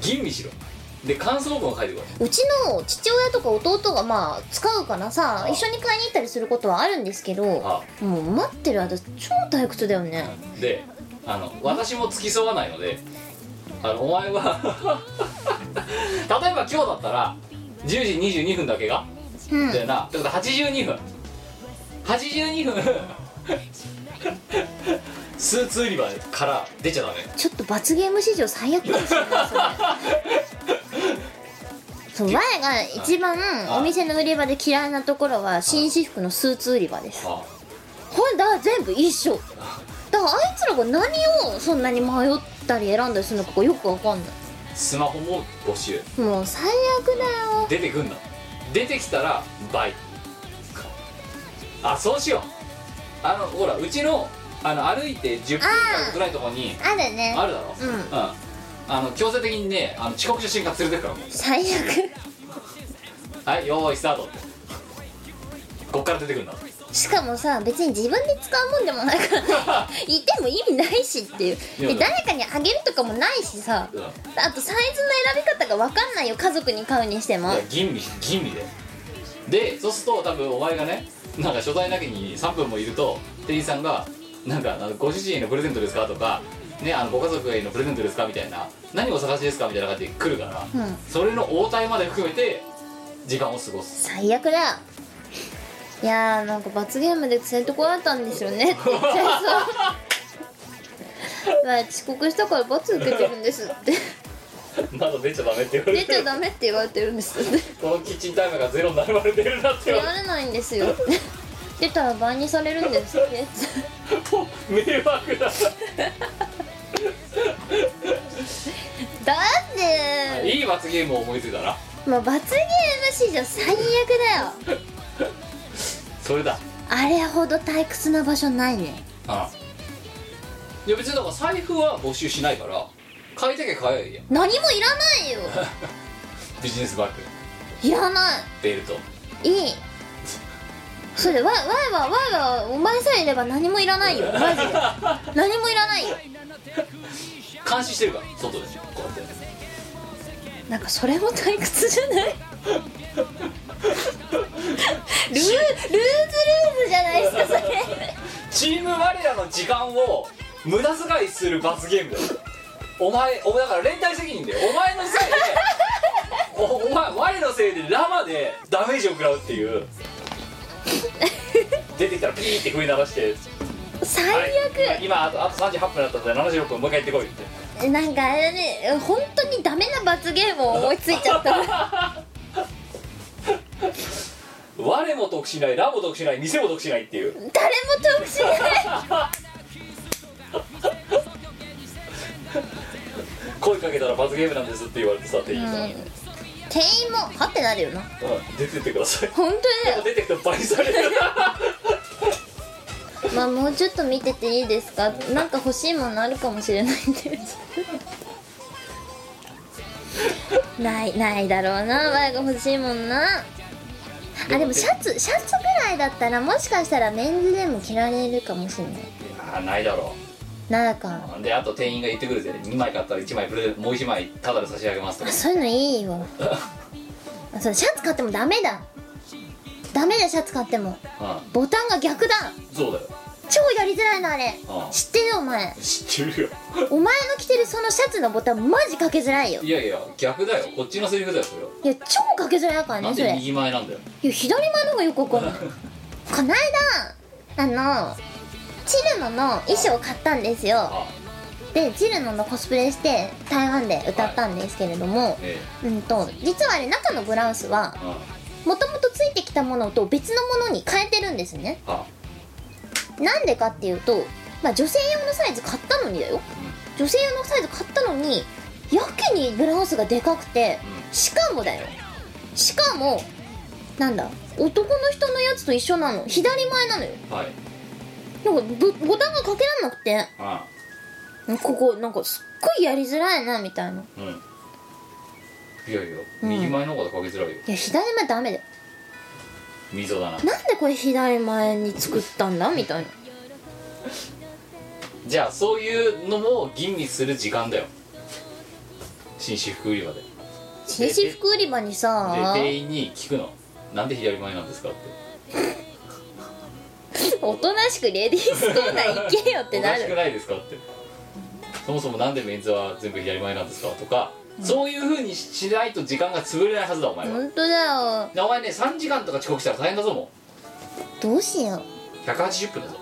[SPEAKER 2] 吟味しろで感想文を書いてこいう
[SPEAKER 3] ちの父親とか弟がまあ使うからさ
[SPEAKER 2] あ
[SPEAKER 3] 一緒に買いに行ったりすることはあるんですけども
[SPEAKER 2] あ
[SPEAKER 3] う待ってる間超退屈だよね
[SPEAKER 2] であの私も付き添わないのであのお前は例えば今日だったら10時22分だけが
[SPEAKER 3] うん
[SPEAKER 2] だよなだから82分82分 スーツ売り場から出ちゃダメ
[SPEAKER 3] ちょっと罰ゲーム史上最悪かもしれない それそう前が一番
[SPEAKER 2] あ
[SPEAKER 3] お店の売り場で嫌いなところは紳士服のスーツ売り場です
[SPEAKER 2] あ
[SPEAKER 3] ほんだら全部一緒だからあいつらが何をそんなに迷ったり選んだりするのかがよくわかんない
[SPEAKER 2] スマホも募集
[SPEAKER 3] もう最悪だよ
[SPEAKER 2] 出てくんな出てきたら倍あそうしようあのほらうちのあの歩いて10分ぐらいのとこに
[SPEAKER 3] あるね
[SPEAKER 2] あるだろ
[SPEAKER 3] うん
[SPEAKER 2] あの強制的にねあの遅刻した瞬間連れてくからも
[SPEAKER 3] 最悪
[SPEAKER 2] うはいよーいスタートってこっから出てくるんだ
[SPEAKER 3] しかもさ別に自分で使うもんでもないから いても意味ないしっていう
[SPEAKER 2] いや
[SPEAKER 3] で誰かにあげるとかもないしさ
[SPEAKER 2] うん
[SPEAKER 3] あとサイズの選び方が分かんないよ家族に買うにしても
[SPEAKER 2] いや吟味吟味ででそうすると多分お前がねなんか初代だけに3分もいると店員さんが「なんかあのご主人へのプレゼントですか?」とか、ね「あのご家族へのプレゼントですか?」みたいな「何をお探しですか?」みたいな感じで来るから、
[SPEAKER 3] うん
[SPEAKER 2] それの応対まで含めて時間を過ご す
[SPEAKER 3] 最悪だよいやーなんか罰ゲームで連れてこられたんですよねって言っちゃいそう まあ遅刻したから罰受けてるんですって
[SPEAKER 2] まだ出ちゃダメって言われ
[SPEAKER 3] 出
[SPEAKER 2] て
[SPEAKER 3] ちゃダメって言われてるんですって
[SPEAKER 2] このキッチンタイムがゼロになるまで出るなっ
[SPEAKER 3] 出
[SPEAKER 2] て言わ
[SPEAKER 3] られないんですよって出たら倍にされるんですって
[SPEAKER 2] れてもう迷惑 だ
[SPEAKER 3] だって
[SPEAKER 2] いい罰ゲームを思いついたな
[SPEAKER 3] もう罰ゲーム史上最悪だよ
[SPEAKER 2] それだ
[SPEAKER 3] あれほど退屈な場所ないね
[SPEAKER 2] うんいや別にだから財布は募集しないから買いたきゃ買えばいいやん
[SPEAKER 3] 何もいらないよ
[SPEAKER 2] ビジネスバッグ
[SPEAKER 3] いらない
[SPEAKER 2] ベルト
[SPEAKER 3] いいそれわわいはわいはお前さえいれば何もいらないよマジで何もいらないよ
[SPEAKER 2] 監視してるから外でこうやって
[SPEAKER 3] なんかそれも退屈じゃないルールーズルーズじゃないですかそれ
[SPEAKER 2] チーム我らの時間を無駄遣いする罰ゲームだよお前おだから連帯責任だよお前のせいで おお前我のせいでラマでダメージを食らうっていう出てきたらピーって食い鳴らして
[SPEAKER 3] 最
[SPEAKER 2] はい今あとあと38分だったんで76分もう一回行ってこいって
[SPEAKER 3] 悪なんかあれね本当にダメな罰ゲームを思いついちゃった
[SPEAKER 2] 我も得しないラも得しない店も得しないっていう
[SPEAKER 3] 誰も得しない
[SPEAKER 2] 声かけたら罰ゲームなんですって言われてさ店員さんに、
[SPEAKER 3] うん店員もはってなるよな
[SPEAKER 2] うん出てってください
[SPEAKER 3] 本当だよ
[SPEAKER 2] 出てきたら倍される
[SPEAKER 3] まあもうちょっと見てていいですかなんか欲しいものあるかもしれないんでないないだろうな前が欲しいもんなあでもシャツシャツぐらいだったらもしかしたらメンズでも着られるかもしれない
[SPEAKER 2] あないだろ
[SPEAKER 3] なんか
[SPEAKER 2] うであと店員が言ってくるぜ2枚買ったら1枚プレゼンもう1枚タダで差し上げますと
[SPEAKER 3] あ
[SPEAKER 2] か
[SPEAKER 3] そういうのいいよあそうシャツ買ってもダメだダメだよシャツ買ってもボタンが逆だ
[SPEAKER 2] うん そうだよ
[SPEAKER 3] 超やりづらいのあれ
[SPEAKER 2] ああ
[SPEAKER 3] 知ってるよお前
[SPEAKER 2] 知ってるよ
[SPEAKER 3] お前の着てるそのシャツのボタンマジかけづらいよ
[SPEAKER 2] いやいや逆だよこっちのセリフだよそれはい
[SPEAKER 3] や超かけづらいから
[SPEAKER 2] な
[SPEAKER 3] ね
[SPEAKER 2] ん
[SPEAKER 3] そ
[SPEAKER 2] で
[SPEAKER 3] れい
[SPEAKER 2] 右前なんだよ
[SPEAKER 3] や左前の方がよくわかんないこないだあのチルノの衣装を買ったんですよ
[SPEAKER 2] あ
[SPEAKER 3] でチルノのコスプレして台湾で歌ったんですけれども、
[SPEAKER 2] え
[SPEAKER 3] うんと実はあれ中のブラウスは
[SPEAKER 2] えうん
[SPEAKER 3] もともとついてきたものと別のものに変えてるんですね
[SPEAKER 2] あ
[SPEAKER 3] なんでかっていうと、まあ、女性用のサイズ買ったのにだよ女性用のサイズ買ったのにやけにブラウスがでかくてしかもだよしかもなんだ男の人のやつと一緒なの左前なのよ
[SPEAKER 2] うんはい
[SPEAKER 3] なんかボボタンがかけらんなくて
[SPEAKER 2] あ
[SPEAKER 3] ここなんかすっごいやりづらいなみたいな
[SPEAKER 2] うんいやいや右前の方がかけづらいよ
[SPEAKER 3] いや左前ダメだよ
[SPEAKER 2] 溝だな
[SPEAKER 3] なんでこれ左前に作ったんだみたいな
[SPEAKER 2] じゃあそういうのも吟味する時間だよ紳士服売り場でで
[SPEAKER 3] 紳士服売り場にさ
[SPEAKER 2] 店員に聞くのなんで左前なんですかって
[SPEAKER 3] おとなしくレディースコーナー行けよって
[SPEAKER 2] お
[SPEAKER 3] な
[SPEAKER 2] かしく
[SPEAKER 3] る
[SPEAKER 2] ないですかってそもそもなんでメンズは全部左前なんですかとか、そういうふうにしないと時間が潰れないはずだお前は、
[SPEAKER 3] 本当だよ
[SPEAKER 2] でお前ね3時間とか遅刻したら大変だぞも
[SPEAKER 3] どうしよう
[SPEAKER 2] う180分だぞ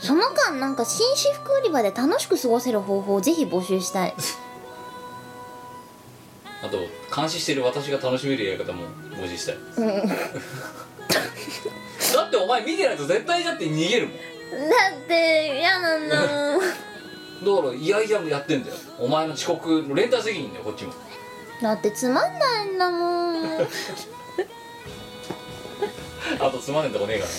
[SPEAKER 3] その間なんか紳士服売り場で楽しく過ごせる方法をぜひ募集した い
[SPEAKER 2] あと監視してる私が楽しめるやり方も募集したい
[SPEAKER 3] うんだっ
[SPEAKER 2] だってお前見てないと絶対だって逃げるもん
[SPEAKER 3] て嫌なんだもん
[SPEAKER 2] だからいやいややってんだよお前の遅刻の連帯責任だよこっちも
[SPEAKER 3] だってつまんないんだもん
[SPEAKER 2] あとつまんねえとこねえから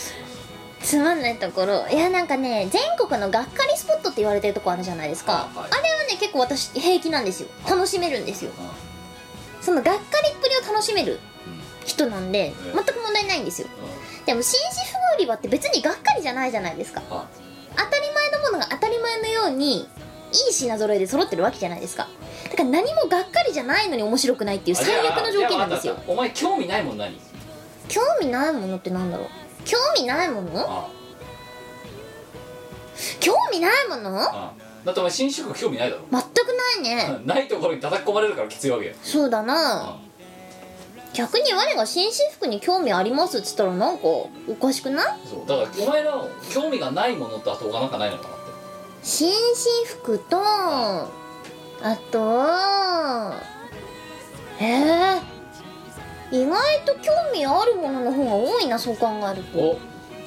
[SPEAKER 3] つまんないところいやなんかね全国のがっかりスポットって言われてるとこあるじゃないですか
[SPEAKER 2] あ
[SPEAKER 3] あ,、
[SPEAKER 2] はい
[SPEAKER 3] れはね結構私平気なんですよ楽しめるんですよそのがっかりっぷりを楽しめる人なんで
[SPEAKER 2] うん
[SPEAKER 3] 全く問題ないんですよでも紳士服売り場って別にがっかりじゃないじゃないですか
[SPEAKER 2] あ
[SPEAKER 3] 当たり前のものが当たり前のようにいい品揃えで揃ってるわけじゃないですかだから何もがっかりじゃないのに面白くないっていう最悪の条件なんですよ
[SPEAKER 2] お前興味ないもん何
[SPEAKER 3] 興味ないものってなんだろう興味ないもの
[SPEAKER 2] あ
[SPEAKER 3] 興味ないもの
[SPEAKER 2] あだってお前新宿興味ないだろ
[SPEAKER 3] 全くないね
[SPEAKER 2] ないところに叩き込まれるからきついわけよ
[SPEAKER 3] そうだ
[SPEAKER 2] あ
[SPEAKER 3] な逆に我が紳士服に興味ありますっつったらなんかおかしくない
[SPEAKER 2] そうだからお前の興味がないものとあと他なんかないのかなって
[SPEAKER 3] 紳士服とあとええ意外と興味あるものの方が多いなそう考えると
[SPEAKER 2] お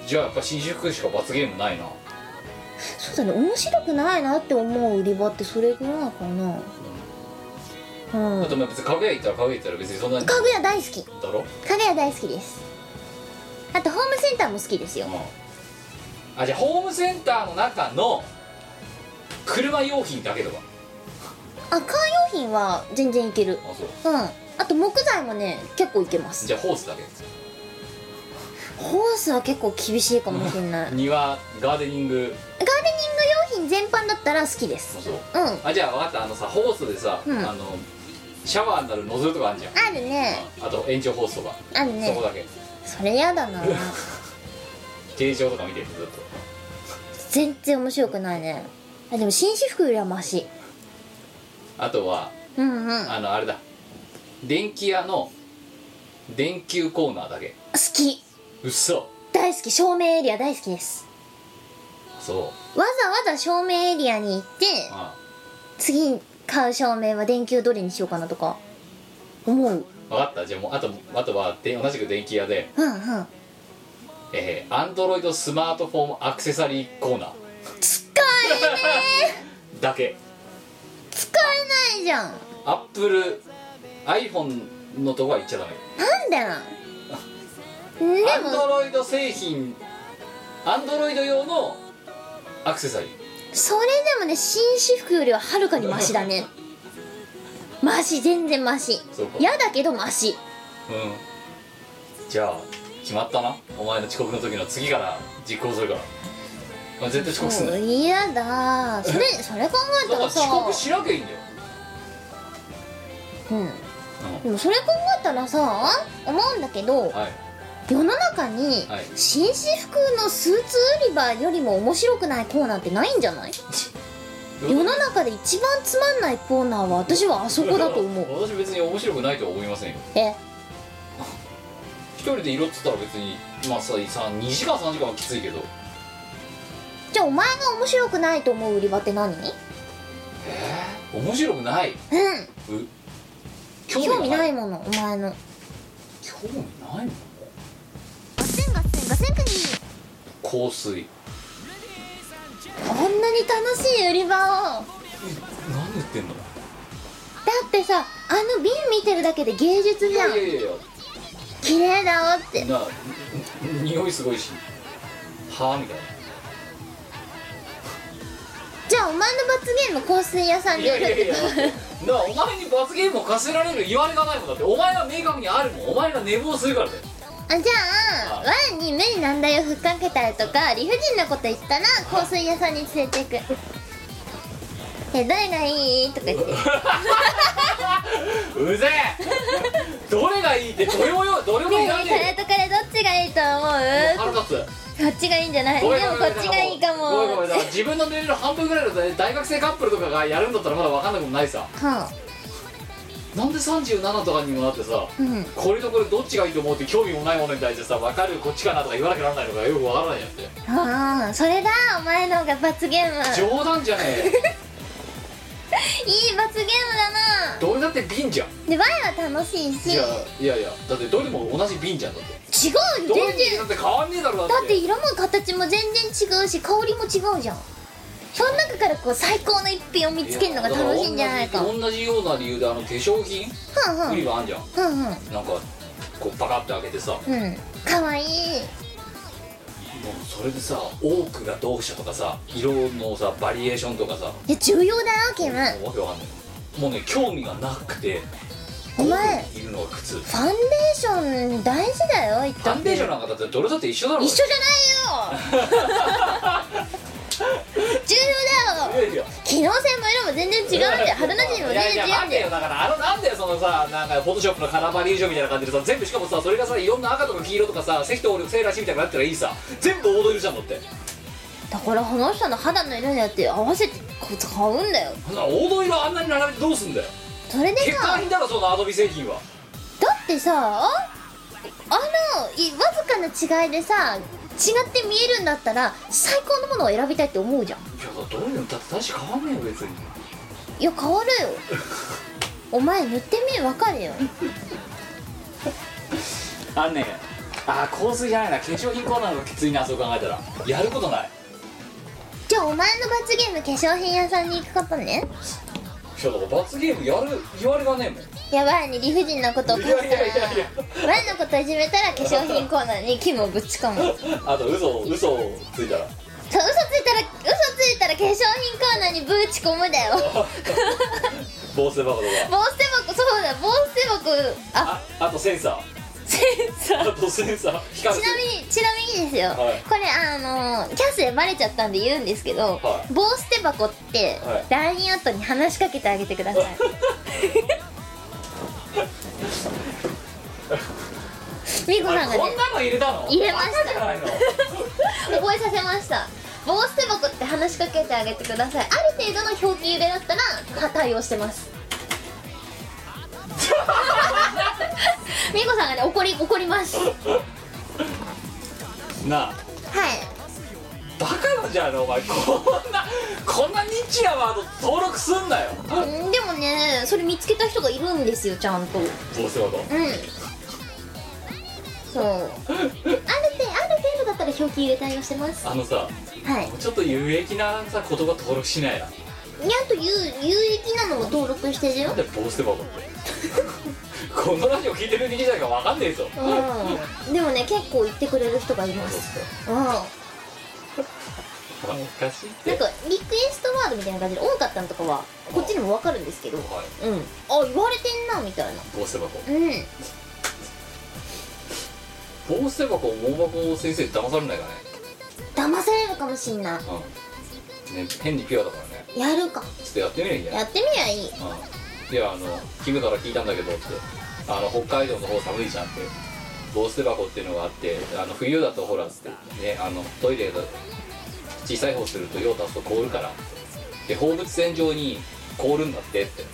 [SPEAKER 2] じゃあやっぱ新宿しか罰ゲームないな
[SPEAKER 3] そうだね面白くないなって思う売り場ってそれぐらいかなうん
[SPEAKER 2] だってお前別に家具屋行ったら家具屋行ったら別にそんなにだ
[SPEAKER 3] 家具屋大好き
[SPEAKER 2] ろ
[SPEAKER 3] 家具屋大好きですあとホームセンターも好きですよ
[SPEAKER 2] ああじゃあホームセンターの中の車用品だけとか
[SPEAKER 3] あカー用品は全然いける
[SPEAKER 2] あそう
[SPEAKER 3] うんあと木材もね結構いけます
[SPEAKER 2] じゃあホースだけ
[SPEAKER 3] ホースは結構厳しいかもしれない
[SPEAKER 2] 庭ガーデニング
[SPEAKER 3] ガーデニング用品全般だったら好きです
[SPEAKER 2] もそう
[SPEAKER 3] うんあ
[SPEAKER 2] あじゃあ分かったあのさホースでさ、
[SPEAKER 3] うん
[SPEAKER 2] あのシャワーになるノズルとかあるじゃん
[SPEAKER 3] るね
[SPEAKER 2] あと延長ホースとか、
[SPEAKER 3] ある
[SPEAKER 2] そこ
[SPEAKER 3] ね
[SPEAKER 2] だけ
[SPEAKER 3] それや だな
[SPEAKER 2] 形状とか見てるずっと
[SPEAKER 3] 全然面白くないねあでも紳士服よりはマシ
[SPEAKER 2] あとは
[SPEAKER 3] うんうん好
[SPEAKER 2] あのあれだ電気屋の電球コーナーだけ
[SPEAKER 3] き
[SPEAKER 2] うっそ
[SPEAKER 3] 大好き照明エリア大好きです
[SPEAKER 2] そう
[SPEAKER 3] わざわざ照明エリアに行って
[SPEAKER 2] あ
[SPEAKER 3] 次買う照明は電球どれにしようかなとか思う
[SPEAKER 2] 分かったじゃあもうあとあとはで同じく電気屋で
[SPEAKER 3] うんうん
[SPEAKER 2] えー、アンドロイドスマートフォンアクセサリーコーナー
[SPEAKER 3] 使え
[SPEAKER 2] だけ
[SPEAKER 3] 使えないじゃん
[SPEAKER 2] アップル iPhone のとこは行っちゃダメ
[SPEAKER 3] なんでなん
[SPEAKER 2] ア
[SPEAKER 3] で
[SPEAKER 2] ン
[SPEAKER 3] も
[SPEAKER 2] ドロイド製品アンドロイド用のアクセサリー
[SPEAKER 3] それでもね紳士服よりははるかにマシだねマシ全然マシ
[SPEAKER 2] そうか
[SPEAKER 3] 嫌だけどマシ
[SPEAKER 2] うんじゃあ決まったなお前の遅刻の時の次から実行するからお前絶対遅刻すんな
[SPEAKER 3] う
[SPEAKER 2] よ
[SPEAKER 3] ん嫌だ それそれ考えた
[SPEAKER 2] だから
[SPEAKER 3] らさ
[SPEAKER 2] 遅刻しなきゃいいんだよ
[SPEAKER 3] うんでもそれ考えたらさ思うんだけど
[SPEAKER 2] はい
[SPEAKER 3] 世の中に
[SPEAKER 2] はい
[SPEAKER 3] 紳士服のスーツ売り場よりも面白くないコーナーってないんじゃない世の中で一番つまんないコーナーは私はあそこだと思う
[SPEAKER 2] 私別に面白くないとは思いませんよ
[SPEAKER 3] え
[SPEAKER 2] 一人でいろっつったら別にまあささ2時間3時間はきついけど
[SPEAKER 3] じゃあお前が面白くないと思う売り場って何うん
[SPEAKER 2] 面白くない興
[SPEAKER 3] 興味ない
[SPEAKER 2] い
[SPEAKER 3] ものお前の
[SPEAKER 2] 興味ないもん
[SPEAKER 3] ガセンガセンガセンクニ
[SPEAKER 2] 香水
[SPEAKER 3] こんなに楽しい売り場を
[SPEAKER 2] 何言ってんの
[SPEAKER 3] だってさあの瓶見てるだけで芸術
[SPEAKER 2] い
[SPEAKER 3] じゃ
[SPEAKER 2] や
[SPEAKER 3] ん
[SPEAKER 2] いやいやいや
[SPEAKER 3] 綺麗だおって
[SPEAKER 2] なあに匂いすごいしはあみたいな
[SPEAKER 3] じゃあお前の罰ゲーム香水屋さん
[SPEAKER 2] い
[SPEAKER 3] で
[SPEAKER 2] や
[SPEAKER 3] 売
[SPEAKER 2] いやい
[SPEAKER 3] る
[SPEAKER 2] やなあお前に罰ゲームを課せられる言われがないもんだってお前は明確にあるもんお前が寝坊するからだよ
[SPEAKER 3] あじゃあ
[SPEAKER 2] あ
[SPEAKER 3] ワンに無理難題をふっかけたりとか理不尽なこと言ったら香水屋さんに連れてくえ誰がいいとか言って
[SPEAKER 2] うぜえどれがいいってどれもよどれも
[SPEAKER 3] ねえ
[SPEAKER 2] 選
[SPEAKER 3] ね
[SPEAKER 2] んで
[SPEAKER 3] えこ
[SPEAKER 2] る
[SPEAKER 3] れとこれどっちがいいと
[SPEAKER 2] よ
[SPEAKER 3] 思
[SPEAKER 2] 腹
[SPEAKER 3] う
[SPEAKER 2] 立つ
[SPEAKER 3] こっちがいいんじゃないで
[SPEAKER 2] ご
[SPEAKER 3] もこ
[SPEAKER 2] めんごめん
[SPEAKER 3] っちがいいかも
[SPEAKER 2] ごめんごめんだから自分の年齢の半分ぐらいの大学生カップルとかがやるんだったらまだ分かんなくもないさ
[SPEAKER 3] はあ
[SPEAKER 2] なんで37とかにもなってさ
[SPEAKER 3] うん
[SPEAKER 2] これとこれどっちがいいと思うって興味もないものに対してさ分かるこっちかなとか言わなきゃならないのかよく分からないやって
[SPEAKER 3] ああそれだお前の方が罰ゲームい
[SPEAKER 2] 冗談じゃねえ
[SPEAKER 3] い罰ゲームだな
[SPEAKER 2] どれだって瓶じゃん
[SPEAKER 3] でワイは楽しいし
[SPEAKER 2] い
[SPEAKER 3] 違
[SPEAKER 2] や
[SPEAKER 3] う
[SPEAKER 2] いやいやだってどれも同じ瓶じゃんだってどれ
[SPEAKER 3] 全
[SPEAKER 2] に
[SPEAKER 3] 然
[SPEAKER 2] だって変わんねえだろ
[SPEAKER 3] だ
[SPEAKER 2] だ
[SPEAKER 3] っ
[SPEAKER 2] ってて
[SPEAKER 3] 色も形も全然違うし香りも違うじゃんその中からこう最高の一品を見つけるのが楽しいんじゃないか
[SPEAKER 2] や
[SPEAKER 3] ふ
[SPEAKER 2] だら
[SPEAKER 3] ん
[SPEAKER 2] 同じ同じような理由であの化粧品
[SPEAKER 3] ふ
[SPEAKER 2] 売り
[SPEAKER 3] ん
[SPEAKER 2] 場あんじゃん
[SPEAKER 3] ふんふん
[SPEAKER 2] なんかこうパカッて開けてさも
[SPEAKER 3] うんかわいいう
[SPEAKER 2] それでさ多くがどうしたとかさ色のさバリエーションとかさ
[SPEAKER 3] いや重要だよケム
[SPEAKER 2] もうわけわかんないもうね興味がなくて
[SPEAKER 3] お前
[SPEAKER 2] 多くいるのが苦痛フ
[SPEAKER 3] ファンデーション大事だよ言った
[SPEAKER 2] ァンデーションなんかだってどれだって一緒だろ
[SPEAKER 3] 一緒じゃないよ重要だ よ
[SPEAKER 2] いやいや
[SPEAKER 3] 機能性も色も全然違うんだよ肌なじみも
[SPEAKER 2] いや
[SPEAKER 3] 全
[SPEAKER 2] いや
[SPEAKER 3] 然違う
[SPEAKER 2] な
[SPEAKER 3] んん
[SPEAKER 2] だ
[SPEAKER 3] だ
[SPEAKER 2] よ
[SPEAKER 3] よ
[SPEAKER 2] だからあのなんだよそのさなんかフォトショップのカラーバリエーションみたいな感じでさ全部しかもさそれがさいろんな赤とか黄色とかさ赤と俺セーラーシみたいになったらいいさ全部踊りじゃんだって
[SPEAKER 3] だからこの人の肌の色によって合わせてこう買うんだよ
[SPEAKER 2] な踊りがあんなに並べてどうすんだよ
[SPEAKER 3] それで
[SPEAKER 2] 結
[SPEAKER 3] か
[SPEAKER 2] 果にだろそのアドビ製品は
[SPEAKER 3] だってさあのいわずかな違いでさ違って見えるんだったら最高のものを選びたいって思うじゃん
[SPEAKER 2] いやだどういうのだって大して変わんねえよ別に
[SPEAKER 3] いや変わる よお前塗ってみわかるよ
[SPEAKER 2] あんねあー香水じゃないな化粧品コーナーがきついなそう考えたらやることない
[SPEAKER 3] じゃあお前の罰ゲーム化粧品屋さんに行くことね
[SPEAKER 2] いやだから罰ゲームやる言われがねえもん
[SPEAKER 3] やばいに理不尽なことを書いたら
[SPEAKER 2] いやいやいやいや
[SPEAKER 3] 前のこといじめたら化粧品コーナーにキムをぶち込むそう
[SPEAKER 2] あと嘘を嘘をついたら
[SPEAKER 3] 嘘ついたら嘘ついたら化粧品コーナーにぶち込むだよ
[SPEAKER 2] 防水箱とか
[SPEAKER 3] 防捨て箱そうだ防捨て箱あ
[SPEAKER 2] ああとセンサ
[SPEAKER 3] センサー
[SPEAKER 2] ーあとセ ンサー光
[SPEAKER 3] ち
[SPEAKER 2] る
[SPEAKER 3] なみにちなみにですよ、
[SPEAKER 2] はい
[SPEAKER 3] これあのーキャスでバレちゃったんで言うんですけど、
[SPEAKER 2] はい
[SPEAKER 3] 棒捨て箱って
[SPEAKER 2] はい
[SPEAKER 3] LINE アットに話しかけてあげてください、 みこ
[SPEAKER 2] あ
[SPEAKER 3] さんがね
[SPEAKER 2] こんなの入れたの
[SPEAKER 3] 入れました
[SPEAKER 2] バカじゃないの
[SPEAKER 3] 覚えさせました棒捨て箱って話しかけてあげてくださいある程度の表記入れだったらは対応してますみこさんがね怒り怒りますはい
[SPEAKER 2] なあバカなんじゃないのお前こんなこんなニッチなワード登録すんなよ
[SPEAKER 3] うんでもねそれ見つけた人がいるんですよちゃんと
[SPEAKER 2] 防水箱
[SPEAKER 3] うんそうある程度ある程度だったら表記入れ対応してますは
[SPEAKER 2] あのさ
[SPEAKER 3] いい
[SPEAKER 2] もうちょっと有益なさ言葉登録しないな
[SPEAKER 3] やあと有有益なのを登録してるよ
[SPEAKER 2] なんで防水箱ってこのラジオ聞いてる人じゃないかわかんねえぞ
[SPEAKER 3] うんでもね結構言ってくれる人がいますうんなんか
[SPEAKER 2] おかしいって
[SPEAKER 3] リクエストワードみたいな感じで多かったのとかはこっちにも分かるんですけどうんあ
[SPEAKER 2] はい
[SPEAKER 3] 言われてんなみたいな
[SPEAKER 2] 防水箱
[SPEAKER 3] うん
[SPEAKER 2] 防水箱大箱先生騙されないかね
[SPEAKER 3] 騙されるかもしんな
[SPEAKER 2] うんね変にピュアだからね
[SPEAKER 3] いやるか
[SPEAKER 2] ちょっとやってみりゃいいんじゃない
[SPEAKER 3] やってみりゃいい
[SPEAKER 2] うんいやあのキムから聞いたんだけどってあの北海道の方寒いじゃんって防水箱っていうのがあってあの冬だとほらつってねあのトイレが小さい方すると用足すと凍るからで放物線上に凍るんだってって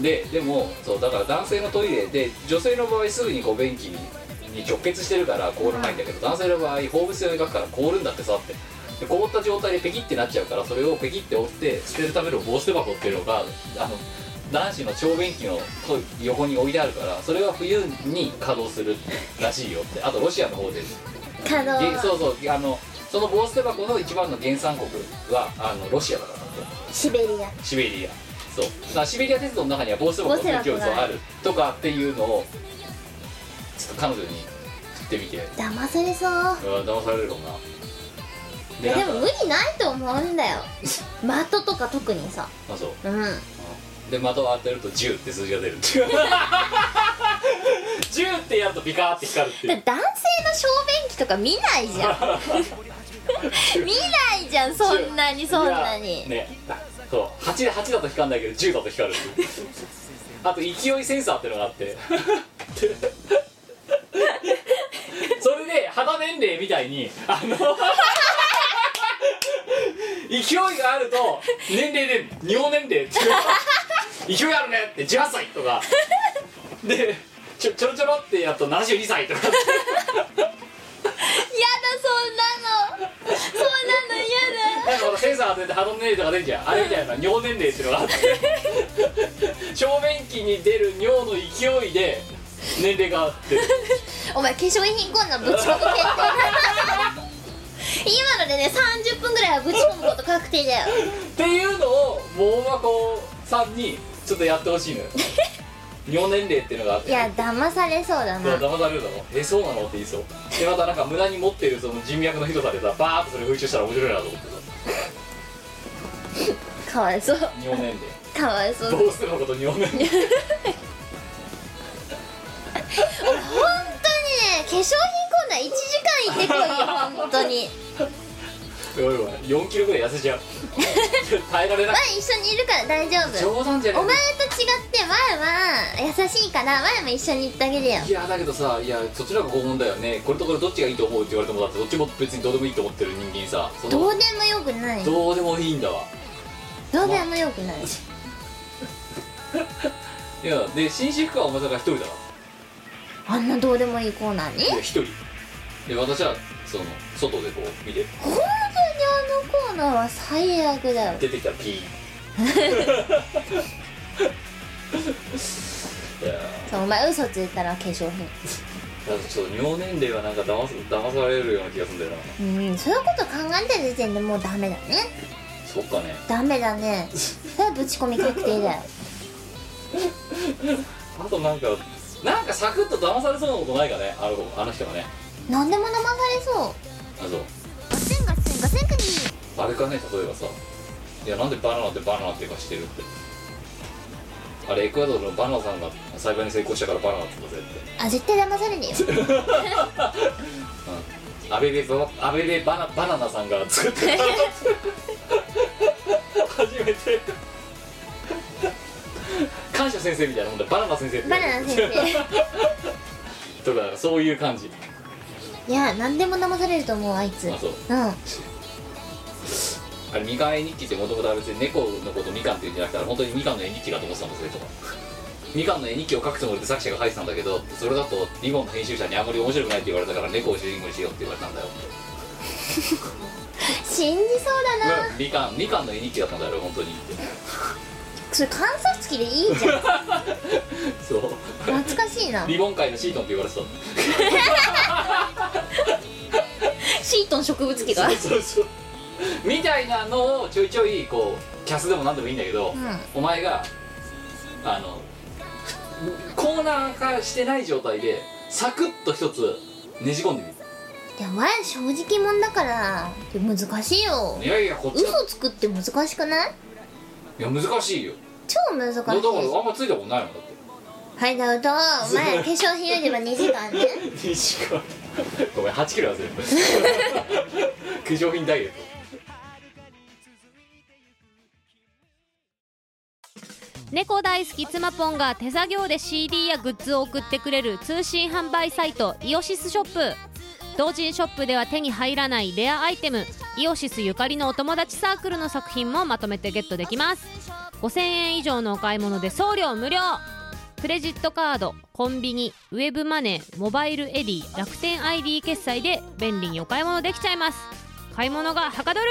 [SPEAKER 2] ででもそうだから男性のトイレで女性の場合すぐにこう便器にに直結してるから凍らないんだけど、男性の場合放物線を描くから凍るんだってさってで凍った状態でペキってなっちゃうからそれをペキって折って捨てるための防捨て箱っていうのがあの男子の小便器のと横に置いてあるからそれは冬に稼働するらしいよってあとロシアの方で
[SPEAKER 3] 可動
[SPEAKER 2] げそうそうあのその防捨て箱の一番の原産国はあのロシアだからだって
[SPEAKER 3] シベリア
[SPEAKER 2] シベリアそうだからシベリア鉄道の中には防止箱の
[SPEAKER 3] 防止
[SPEAKER 2] 競
[SPEAKER 3] 箱
[SPEAKER 2] 争
[SPEAKER 3] があ
[SPEAKER 2] あるとかっていうのをちょっと彼女に振ってみて
[SPEAKER 3] 騙されそう
[SPEAKER 2] うわ騙されるかもなで
[SPEAKER 3] で
[SPEAKER 2] な
[SPEAKER 3] も
[SPEAKER 2] ん
[SPEAKER 3] 無
[SPEAKER 2] か
[SPEAKER 3] 理ないと思うんだよマットとか特にさ
[SPEAKER 2] あそう
[SPEAKER 3] うん
[SPEAKER 2] で的を当てると10って数字が出るって いう10ってやるとピカーって光るってい
[SPEAKER 3] だ
[SPEAKER 2] う
[SPEAKER 3] 男性の小便器とか見ないじゃん 見ないじゃんそんなにそんない
[SPEAKER 2] や
[SPEAKER 3] に
[SPEAKER 2] ねそう8で8だと光るんだけど10だと光る っていうあと勢いセンサーってのがあって それで肌年齢みたいにあの 勢いがあると年齢で尿年齢っていう 勢いあるねって18歳とかでちょちょろちょろってやっと72歳とかって
[SPEAKER 3] やだそんなのそんなのやだ
[SPEAKER 2] なんかほらセンサー当ててハドネイルとか出 るじゃんあれみたいな尿年齢っていうのがあって正面器に出る尿の勢いで年齢が あって
[SPEAKER 3] お前化粧品こんなんぶち込む決定今のでね30分ぐらいはぶち込むこと確定だよ
[SPEAKER 2] っていうのを盲箱さんにちょっとやってほしいのよ尿年齢っていうのがあっ
[SPEAKER 3] い
[SPEAKER 2] て
[SPEAKER 3] や騙されそうだ
[SPEAKER 2] うわ
[SPEAKER 3] な
[SPEAKER 2] 騙されるだろえそうなのって言いそうでまたなんか無駄に持ってるその人脈の広さでさバーッとそれ復習したら面白いなと思ってさ
[SPEAKER 3] かわいそう
[SPEAKER 2] 尿年
[SPEAKER 3] かわいそう
[SPEAKER 2] 齢どうするのこと尿年齢
[SPEAKER 3] 本当にね化粧品コーナー1時間行ってこいよ本当に
[SPEAKER 2] やばいやばい4キロぐらい痩せち ゃう耐えられな
[SPEAKER 3] 前
[SPEAKER 2] い
[SPEAKER 3] 一緒にいるから大丈夫
[SPEAKER 2] 冗談じゃない
[SPEAKER 3] お前と違って前は優しいから前も一緒に行ってあげるよ
[SPEAKER 2] いやだけどさいやそっちらが拷問だよねこれとこれどっちがいいと思うって言われてもだってどっちも別にどうでもいいと思ってる人間さその
[SPEAKER 3] どうでもよくないど
[SPEAKER 2] どうでもいいんだわ
[SPEAKER 3] うでもよくない
[SPEAKER 2] いやで紳士服はお前さんが一人だな
[SPEAKER 3] あんなどうでもいいコーナーに
[SPEAKER 2] いや一人で私はその外でこう見て
[SPEAKER 3] 本当にあのコーナーは最悪だよ
[SPEAKER 2] 出てきたらピー いや
[SPEAKER 3] そうお前嘘ついたら化粧品
[SPEAKER 2] だってちょっと尿年齢はなんか騙す騙されるような気がするんだよな
[SPEAKER 3] うんそういうこと考えた時点でもうダメだね
[SPEAKER 2] そっかね
[SPEAKER 3] ダメだねそれはぶち込み確定だよ
[SPEAKER 2] あとなんかなんかサクッと騙されそうなことないかねあの子あの人がね
[SPEAKER 3] 何でも騙されそう
[SPEAKER 2] あそう
[SPEAKER 3] ガセンガセンガセンクニー
[SPEAKER 2] あれかね例えばさ「いやなんでバナナってバナナっていうかしてる」ってあれエクアドルのバナナさんが栽培に成功したからバナナって言うんだぜっ
[SPEAKER 3] あ絶対騙されねえよ
[SPEAKER 2] て、うん、アベベバアベベバナバナナさんが作ってた初めて感謝先生みたいなもんだバナナ先生って
[SPEAKER 3] バナナ先
[SPEAKER 2] とかそういう感じ
[SPEAKER 3] いや何でも騙されると思うあいつう
[SPEAKER 2] あ
[SPEAKER 3] ん
[SPEAKER 2] そうあれみかん絵日記ってもともとは別に猫のことみかんって言うんじゃなくて本当にみかんの絵日記だと思ってたんですよとかみかんの絵日記を書くつもりで作者が書いてたんだけどそれだとリボンの編集者にあんまり面白くないって言われたから猫を主人公にしようって言われたんだよ
[SPEAKER 3] 信じそうだな
[SPEAKER 2] みかんみかんの絵日記だったんだよ本当にって
[SPEAKER 3] それ観察機でいいじゃん
[SPEAKER 2] そう
[SPEAKER 3] 懐かしいな
[SPEAKER 2] リボン界のシートンって言われてたんだよ
[SPEAKER 3] シートン植物機がうん
[SPEAKER 2] そうそうみたいなのをちょいちょいこうキャスでも何でもいいんだけど、お前があのコーナー化してない状態でサクッと一つねじ込んでみる
[SPEAKER 3] いや前正直者だから難しいよ
[SPEAKER 2] いやいやこっちだ
[SPEAKER 3] 嘘つくって難しくない
[SPEAKER 2] いや難しいよ
[SPEAKER 3] 超難し
[SPEAKER 2] だから
[SPEAKER 3] い
[SPEAKER 2] あんまついたことないもんだって
[SPEAKER 3] はいダウトお前化粧品売り場2時間ね
[SPEAKER 2] 2時間ごめん8キロ痩せる 化粧品ダイエット
[SPEAKER 4] 猫大好き妻ぽんが手作業で CD やグッズを送ってくれる通信販売サイトイオシスショップ同人ショップでは手に入らないレアアイテムイオシスゆかりのお友達サークルの作品もまとめてゲットできます5000円以上のお買い物で送料無料クレジットカードコンビニウェブマネーモバイルエディ楽天 ID 決済で便利にお買い物できちゃいます買い物がはかどる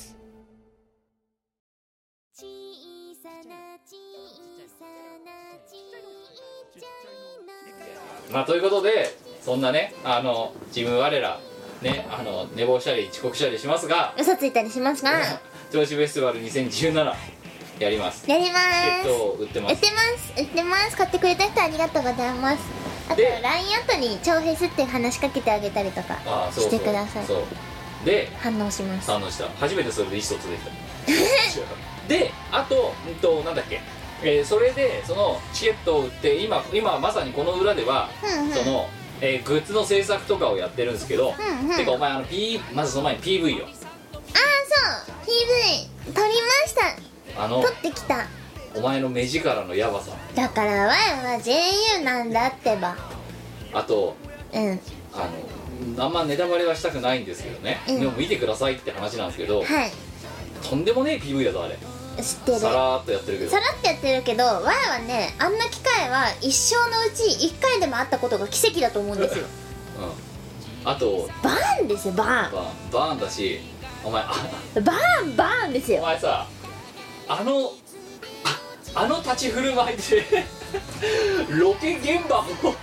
[SPEAKER 5] 小さな小さなちっちゃい
[SPEAKER 2] まあということでそんなねあのチーム我らねあの寝坊したり遅刻したりしますが
[SPEAKER 3] 嘘ついたりしますがや
[SPEAKER 2] 調子フェスティバル2017やります
[SPEAKER 3] りま
[SPEAKER 2] チケッ
[SPEAKER 3] ー
[SPEAKER 2] ト
[SPEAKER 3] す
[SPEAKER 2] を売ってま
[SPEAKER 3] 売っ
[SPEAKER 2] す
[SPEAKER 3] てます売ってます買ってくれた人ありがとうございますあと
[SPEAKER 2] で
[SPEAKER 3] LINE アットに「超フェス」って話しかけてあげたりとか
[SPEAKER 2] ああそう
[SPEAKER 3] し
[SPEAKER 2] そ
[SPEAKER 3] て
[SPEAKER 2] う
[SPEAKER 3] ください
[SPEAKER 2] そうで
[SPEAKER 3] 反応します
[SPEAKER 2] 反応した初めてそれで意思疎通できたであと、うんと、なんだっけ、えーそれでそのチケットを売って今今まさにこの裏では、
[SPEAKER 3] うんうん
[SPEAKER 2] その、えーグッズの制作とかをやってるんですけど、
[SPEAKER 3] うんうん
[SPEAKER 2] てかお前あの、P、まずその前に PV よ
[SPEAKER 3] ああそう PV 撮りました
[SPEAKER 2] あの
[SPEAKER 3] 撮ってきた
[SPEAKER 2] お前の目力のヤバさ
[SPEAKER 3] だからワンは JU なんだってば
[SPEAKER 2] あと
[SPEAKER 3] うん
[SPEAKER 2] あのあんまネタバレはしたくないんですけどね、
[SPEAKER 3] うん
[SPEAKER 2] でも見てくださいって話なんですけど、
[SPEAKER 3] はい
[SPEAKER 2] とんでもねえ PV だぞあれ
[SPEAKER 3] 知ってる
[SPEAKER 2] さ
[SPEAKER 3] さら
[SPEAKER 2] らーっとやってるけど
[SPEAKER 3] ってやってるけどワンはねあんな機会は一生のうち1回でもあったことが奇跡だと思うんですよ
[SPEAKER 2] うんあと
[SPEAKER 3] バーンですよバー
[SPEAKER 2] バーンバーンだしお前あ
[SPEAKER 3] ンバーンバーンです
[SPEAKER 2] お
[SPEAKER 3] よ
[SPEAKER 2] 前さあのああの立ち振る舞いで ロケ現場を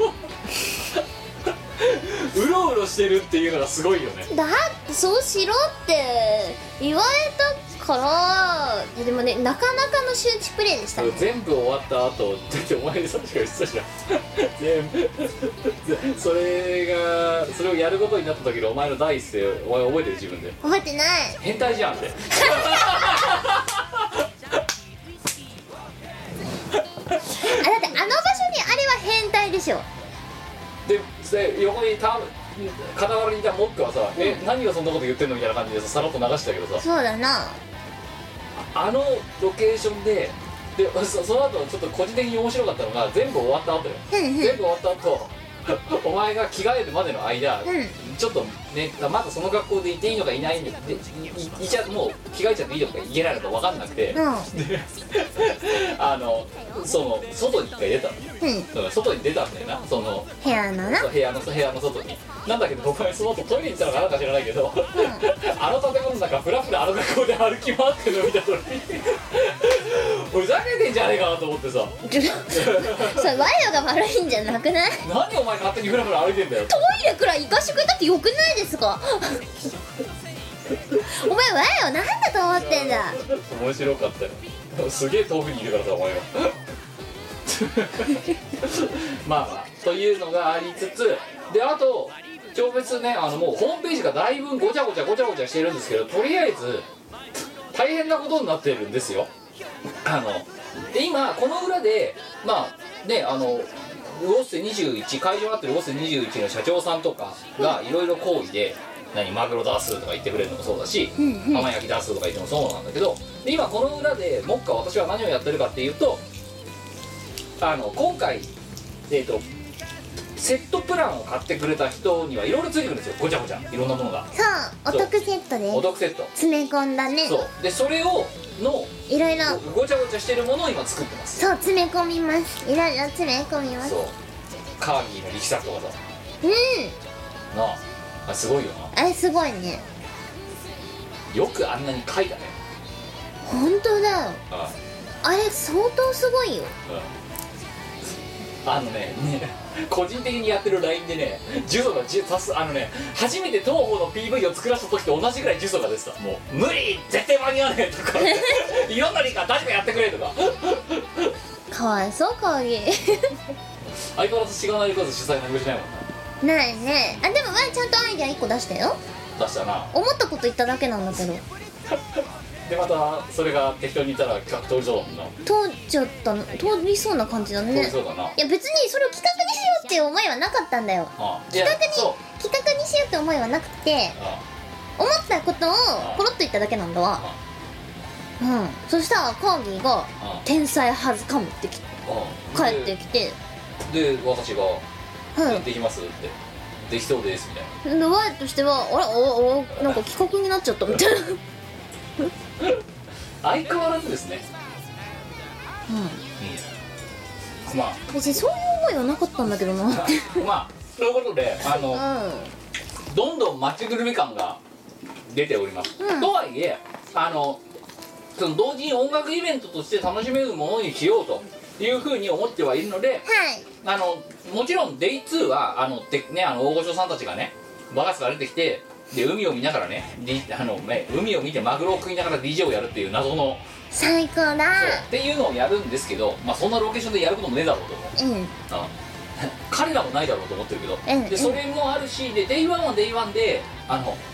[SPEAKER 2] うろうろしてるっていうのがすごいよね
[SPEAKER 3] だってそうしろって言われたからいやでもねなかなかの周知プレイでしたね
[SPEAKER 2] 全部終わった後だってお前さっきから言ってたじゃん全部そ れがそれをやることになった時のお前の第一声お前覚えてる自分で
[SPEAKER 3] 覚えてない
[SPEAKER 2] 変態じゃんって
[SPEAKER 3] あだってあの場所にあれは変態でしょ
[SPEAKER 2] でそれ横にた傍らにいたモックはさ、え何がそんなこと言ってんのみたいな感じでささらっと流してたけどさ
[SPEAKER 3] そうだな
[SPEAKER 2] あのロケーションででそその後ちょっと個人的に面白かったのが全部終わった後よ
[SPEAKER 3] うんうん
[SPEAKER 2] 全部終わった後 お前が着替えるまでの間、
[SPEAKER 3] ん
[SPEAKER 2] ちょっとねまだその学校でいていいのかいないのかでいいいちゃもう着替えちゃっていいのかいけないのか分かんなくて、
[SPEAKER 3] うん
[SPEAKER 2] あのその外に一回出たの
[SPEAKER 3] うん
[SPEAKER 2] だから外に出たんだよなその
[SPEAKER 3] 部屋のな
[SPEAKER 2] そう部屋の部屋の外になんだけど僕はその後トイレに行ったのかなんか知らないけど、あの建物の中フラフラあの学校で歩き回ってるの見た時に俺ふざけてんじゃねえかなと思ってさ
[SPEAKER 3] それワイヤが悪いんじゃなくない
[SPEAKER 2] 何お前勝手にフラフラ歩いてんだよ
[SPEAKER 3] トイレくらい行かしてくれたってよくないですかお前ワイヤを何だと思ってんだ
[SPEAKER 2] 面白かったよすげえ遠くにいるからさお前はまあまあというのがありつつであと超別ねあのもうホームページがだいぶごちゃごちゃごちゃごちゃしてるんですけどとりあえず大変なことになってるんですよあので今この裏でまあねあのウォッセ21会場になってるウォッセ21の社長さんとかがいろいろ行為で何マグロ出すとか言ってくれるのもそうだし浜焼き出すとか言ってもそうなんだけどで今この裏で目下私は何をやってるかっていうとあの今回えっ、とセットプランを買ってくれた人にはいろいろついてくるんですよごちゃごちゃいろんなものが
[SPEAKER 3] そうお
[SPEAKER 2] そう
[SPEAKER 3] 得セットで
[SPEAKER 2] お得セット
[SPEAKER 3] 詰め込んだね
[SPEAKER 2] そうでそれをの
[SPEAKER 3] いろいろ
[SPEAKER 2] ごちゃごちゃしてるものを今作ってます
[SPEAKER 3] そう詰め込みますいろいろ詰め込みます
[SPEAKER 2] そうカーギーの力作とかさ
[SPEAKER 3] うん
[SPEAKER 2] なああすごいよな
[SPEAKER 3] あれすごいね
[SPEAKER 2] よくあんなに書いたね
[SPEAKER 3] 本当だよ
[SPEAKER 2] あ
[SPEAKER 3] あれ相当すごいよ
[SPEAKER 2] あのねね個人的にやってる LINE でね呪詛が10足すあのね初めて東方の PV を作らせた時と同じぐらい呪詛が出てたもう無理絶対間に合わねえ とかいろんな理科誰かやってくれとか
[SPEAKER 3] かわいそうかわいい
[SPEAKER 2] っ相変わらずしがないレコーズ主催の無事ないもんな
[SPEAKER 3] ないねあでも前ちゃんとアイデア1個出したよ
[SPEAKER 2] 出したな
[SPEAKER 3] 思ったこと言っただけなんだけど
[SPEAKER 2] でまたそれが適当にいたら企画通りそうだもんな
[SPEAKER 3] 通っちゃったの通りそうな感じだ
[SPEAKER 2] 通り
[SPEAKER 3] ね
[SPEAKER 2] そうだな、
[SPEAKER 3] いや別にそれを企画にしようっていう思いはなかったんだよ
[SPEAKER 2] ああいや
[SPEAKER 3] 企画に
[SPEAKER 2] そう
[SPEAKER 3] 企画にしようって思いはなくて
[SPEAKER 2] あ
[SPEAKER 3] 思ったことをポロッと言っただけなんだわうんそしたらカーギーが
[SPEAKER 2] ああ
[SPEAKER 3] 「天才はずかも」ってき帰
[SPEAKER 2] あ
[SPEAKER 3] ってきて
[SPEAKER 2] でで私が「
[SPEAKER 3] はい
[SPEAKER 2] できます?」って「できそうです」みたいな
[SPEAKER 3] でワイとしては「あれおおなんか企画になっちゃった」みたいな
[SPEAKER 2] 相変わらずですねうん、まあ
[SPEAKER 3] 別にそういう思いはなかったんだけどなって
[SPEAKER 2] まあということであ
[SPEAKER 3] う
[SPEAKER 2] の
[SPEAKER 3] ん
[SPEAKER 2] どんどん街ぐるみ感が出ております、
[SPEAKER 3] うん
[SPEAKER 2] とはいえあのその同時に音楽イベントとして楽しめるものにしようというふうに思ってはいるので
[SPEAKER 3] はい
[SPEAKER 2] あのもちろん Day2 はあのて、ね、あの大御所さんたちがねバカスが出てきてで海を見ながらねリあのね海を見てマグロを食いながら DJ をやるっていう謎の
[SPEAKER 3] 最高だ
[SPEAKER 2] っていうのをやるんですけど、まあ、そんなロケーションでやることもねえだろうと思う
[SPEAKER 3] うん
[SPEAKER 2] あ 彼らもないだろうと思ってるけど、
[SPEAKER 3] うん
[SPEAKER 2] でそれもあるしで Day1 は Day1 であの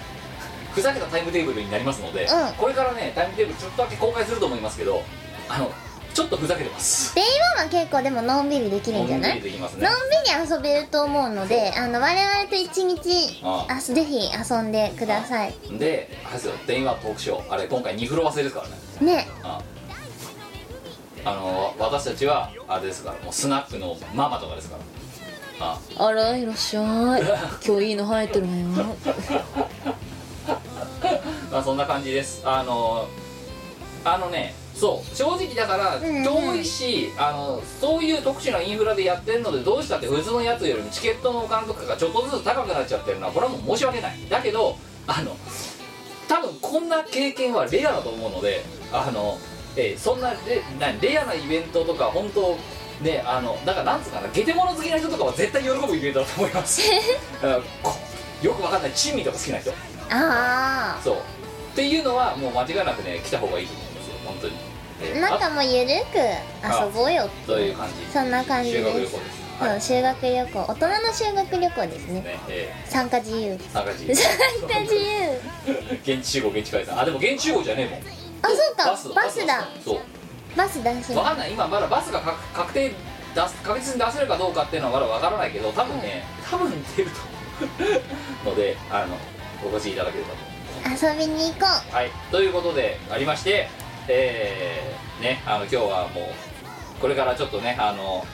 [SPEAKER 2] ふざけたタイムテーブルになりますので、
[SPEAKER 3] うん
[SPEAKER 2] これからねタイムテーブルちょっとだけ公開すると思いますけどあのちょっとふざけてます
[SPEAKER 3] デイワンは結構でものんびりできるんじゃ
[SPEAKER 2] のんび
[SPEAKER 3] ない
[SPEAKER 2] りできますね
[SPEAKER 3] のんびり遊べると思うのであの我々と一日
[SPEAKER 2] ああ
[SPEAKER 3] あぜひ遊んでください
[SPEAKER 2] であれですよ Day1 トークショーあれ今回2フロア制ですからね
[SPEAKER 3] ね
[SPEAKER 2] ああの私たちはあれですからもうスナップのママとかですからあ
[SPEAKER 6] あらいらっしゃい 今日いいの生えてるわよ
[SPEAKER 2] まあそんな感じですあのあのねそう正直だから
[SPEAKER 3] んうん
[SPEAKER 2] 遠いし、あのそういう特殊なインフラでやってるのでどうしたって普通のやつよりもチケットのお金とかがちょっとずつ高くなっちゃってるのはこれはもう申し訳ないだけどあの多分こんな経験はレアだと思うのであの、えーそんなレなレアなイベントとか本当ねあのだからなんつうかなゲテモノ好きな人とかは絶対喜ぶイベントだと思 いますうんこよくわかんない珍味とか好きな人
[SPEAKER 3] あ
[SPEAKER 2] そうっていうのはもう間違いなくね来た方がいいと思うんですよ本当に
[SPEAKER 3] あ
[SPEAKER 2] え
[SPEAKER 3] なん
[SPEAKER 2] あ
[SPEAKER 3] かもうゆるく遊ぼうよって
[SPEAKER 2] という感じ
[SPEAKER 3] そんな感じで
[SPEAKER 2] 修
[SPEAKER 3] す
[SPEAKER 2] 学旅行です
[SPEAKER 3] うん
[SPEAKER 2] はい、
[SPEAKER 3] 修学旅行大人の修学旅行ですね
[SPEAKER 2] ねえ
[SPEAKER 3] 参加自由
[SPEAKER 2] ー、 参加し
[SPEAKER 3] 参加自由
[SPEAKER 2] 現地集合現地解散あでも現地集合じゃねえもん
[SPEAKER 3] あそうか
[SPEAKER 2] バス
[SPEAKER 3] バスだ
[SPEAKER 2] そう
[SPEAKER 3] バスだし
[SPEAKER 2] わかんない今まだバスが確確定出す確実に出せるかどうかっていうのはまだわからないけど多分ね、多分出るとのであのお越しいただければと
[SPEAKER 3] 遊びに行こう
[SPEAKER 2] はい、ということでありまして、えーね、あの今日はもうこれからちょっとねあの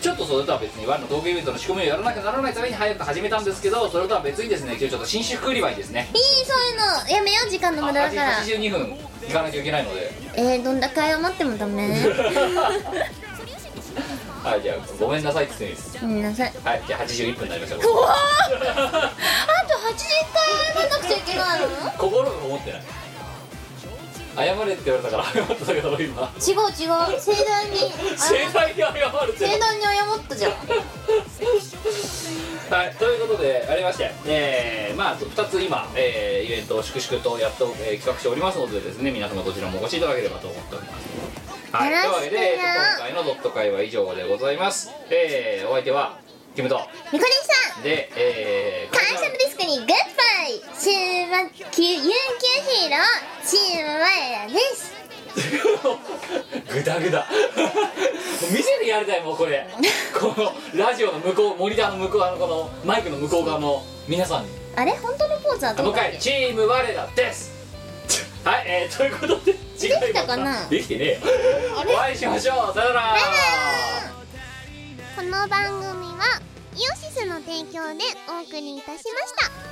[SPEAKER 2] ちょっとそれとは別にワンのトークイベントの仕込みをやらなきゃならないために早く始めたんですけどそれとは別にですね今日ちょっと新宿売り場にですね
[SPEAKER 3] いいそういうのやめよう時間の無駄だから
[SPEAKER 2] 8 82分行かなきゃいけないので
[SPEAKER 3] えー、どんだけ謝ってもダメ
[SPEAKER 2] はいじゃあごめんなさいって言っていいです
[SPEAKER 3] ごめんなさい
[SPEAKER 2] はいじゃあ81分になりました
[SPEAKER 3] 怖っあと80回謝らなくちゃいけないの
[SPEAKER 2] 心が思ってない謝れって言われたから謝っただけだ
[SPEAKER 3] 違う
[SPEAKER 2] ろ今
[SPEAKER 3] 違う盛大に
[SPEAKER 2] 盛
[SPEAKER 3] あ
[SPEAKER 2] 大に謝るって
[SPEAKER 3] 盛大に謝ったじゃん
[SPEAKER 2] はい、ということでありまして、えーまあ、2つ今、えーイベントを粛々とやっと、えー企画しておりますのでですね皆様どちらもお越しいただければと思っておりますはい、と
[SPEAKER 3] よ
[SPEAKER 2] いう
[SPEAKER 3] ろ
[SPEAKER 2] わ
[SPEAKER 3] し
[SPEAKER 2] け
[SPEAKER 3] くよ
[SPEAKER 2] で今回の「ドット会」は以上でございます、えーお相手はキムト
[SPEAKER 3] ニコリンさん
[SPEAKER 2] で、えー
[SPEAKER 3] 感謝のディスクにグッバイ週末き有給ヒーローチームワイラです
[SPEAKER 2] グダグダ店でやりたいもうこれこのラジオの向こうモニターの向こうあのこのマイクの向こう側の皆さんに
[SPEAKER 3] あれ本当のポーズは
[SPEAKER 2] も
[SPEAKER 3] ど
[SPEAKER 2] う
[SPEAKER 3] う
[SPEAKER 2] 一
[SPEAKER 3] だっ
[SPEAKER 2] 回
[SPEAKER 3] け
[SPEAKER 2] チーム我らですはい、えー、ということで次回
[SPEAKER 3] できたかな
[SPEAKER 2] できてねえよお会いしましょうさよなら
[SPEAKER 5] この番組はイオシスの提供でお送りいたしました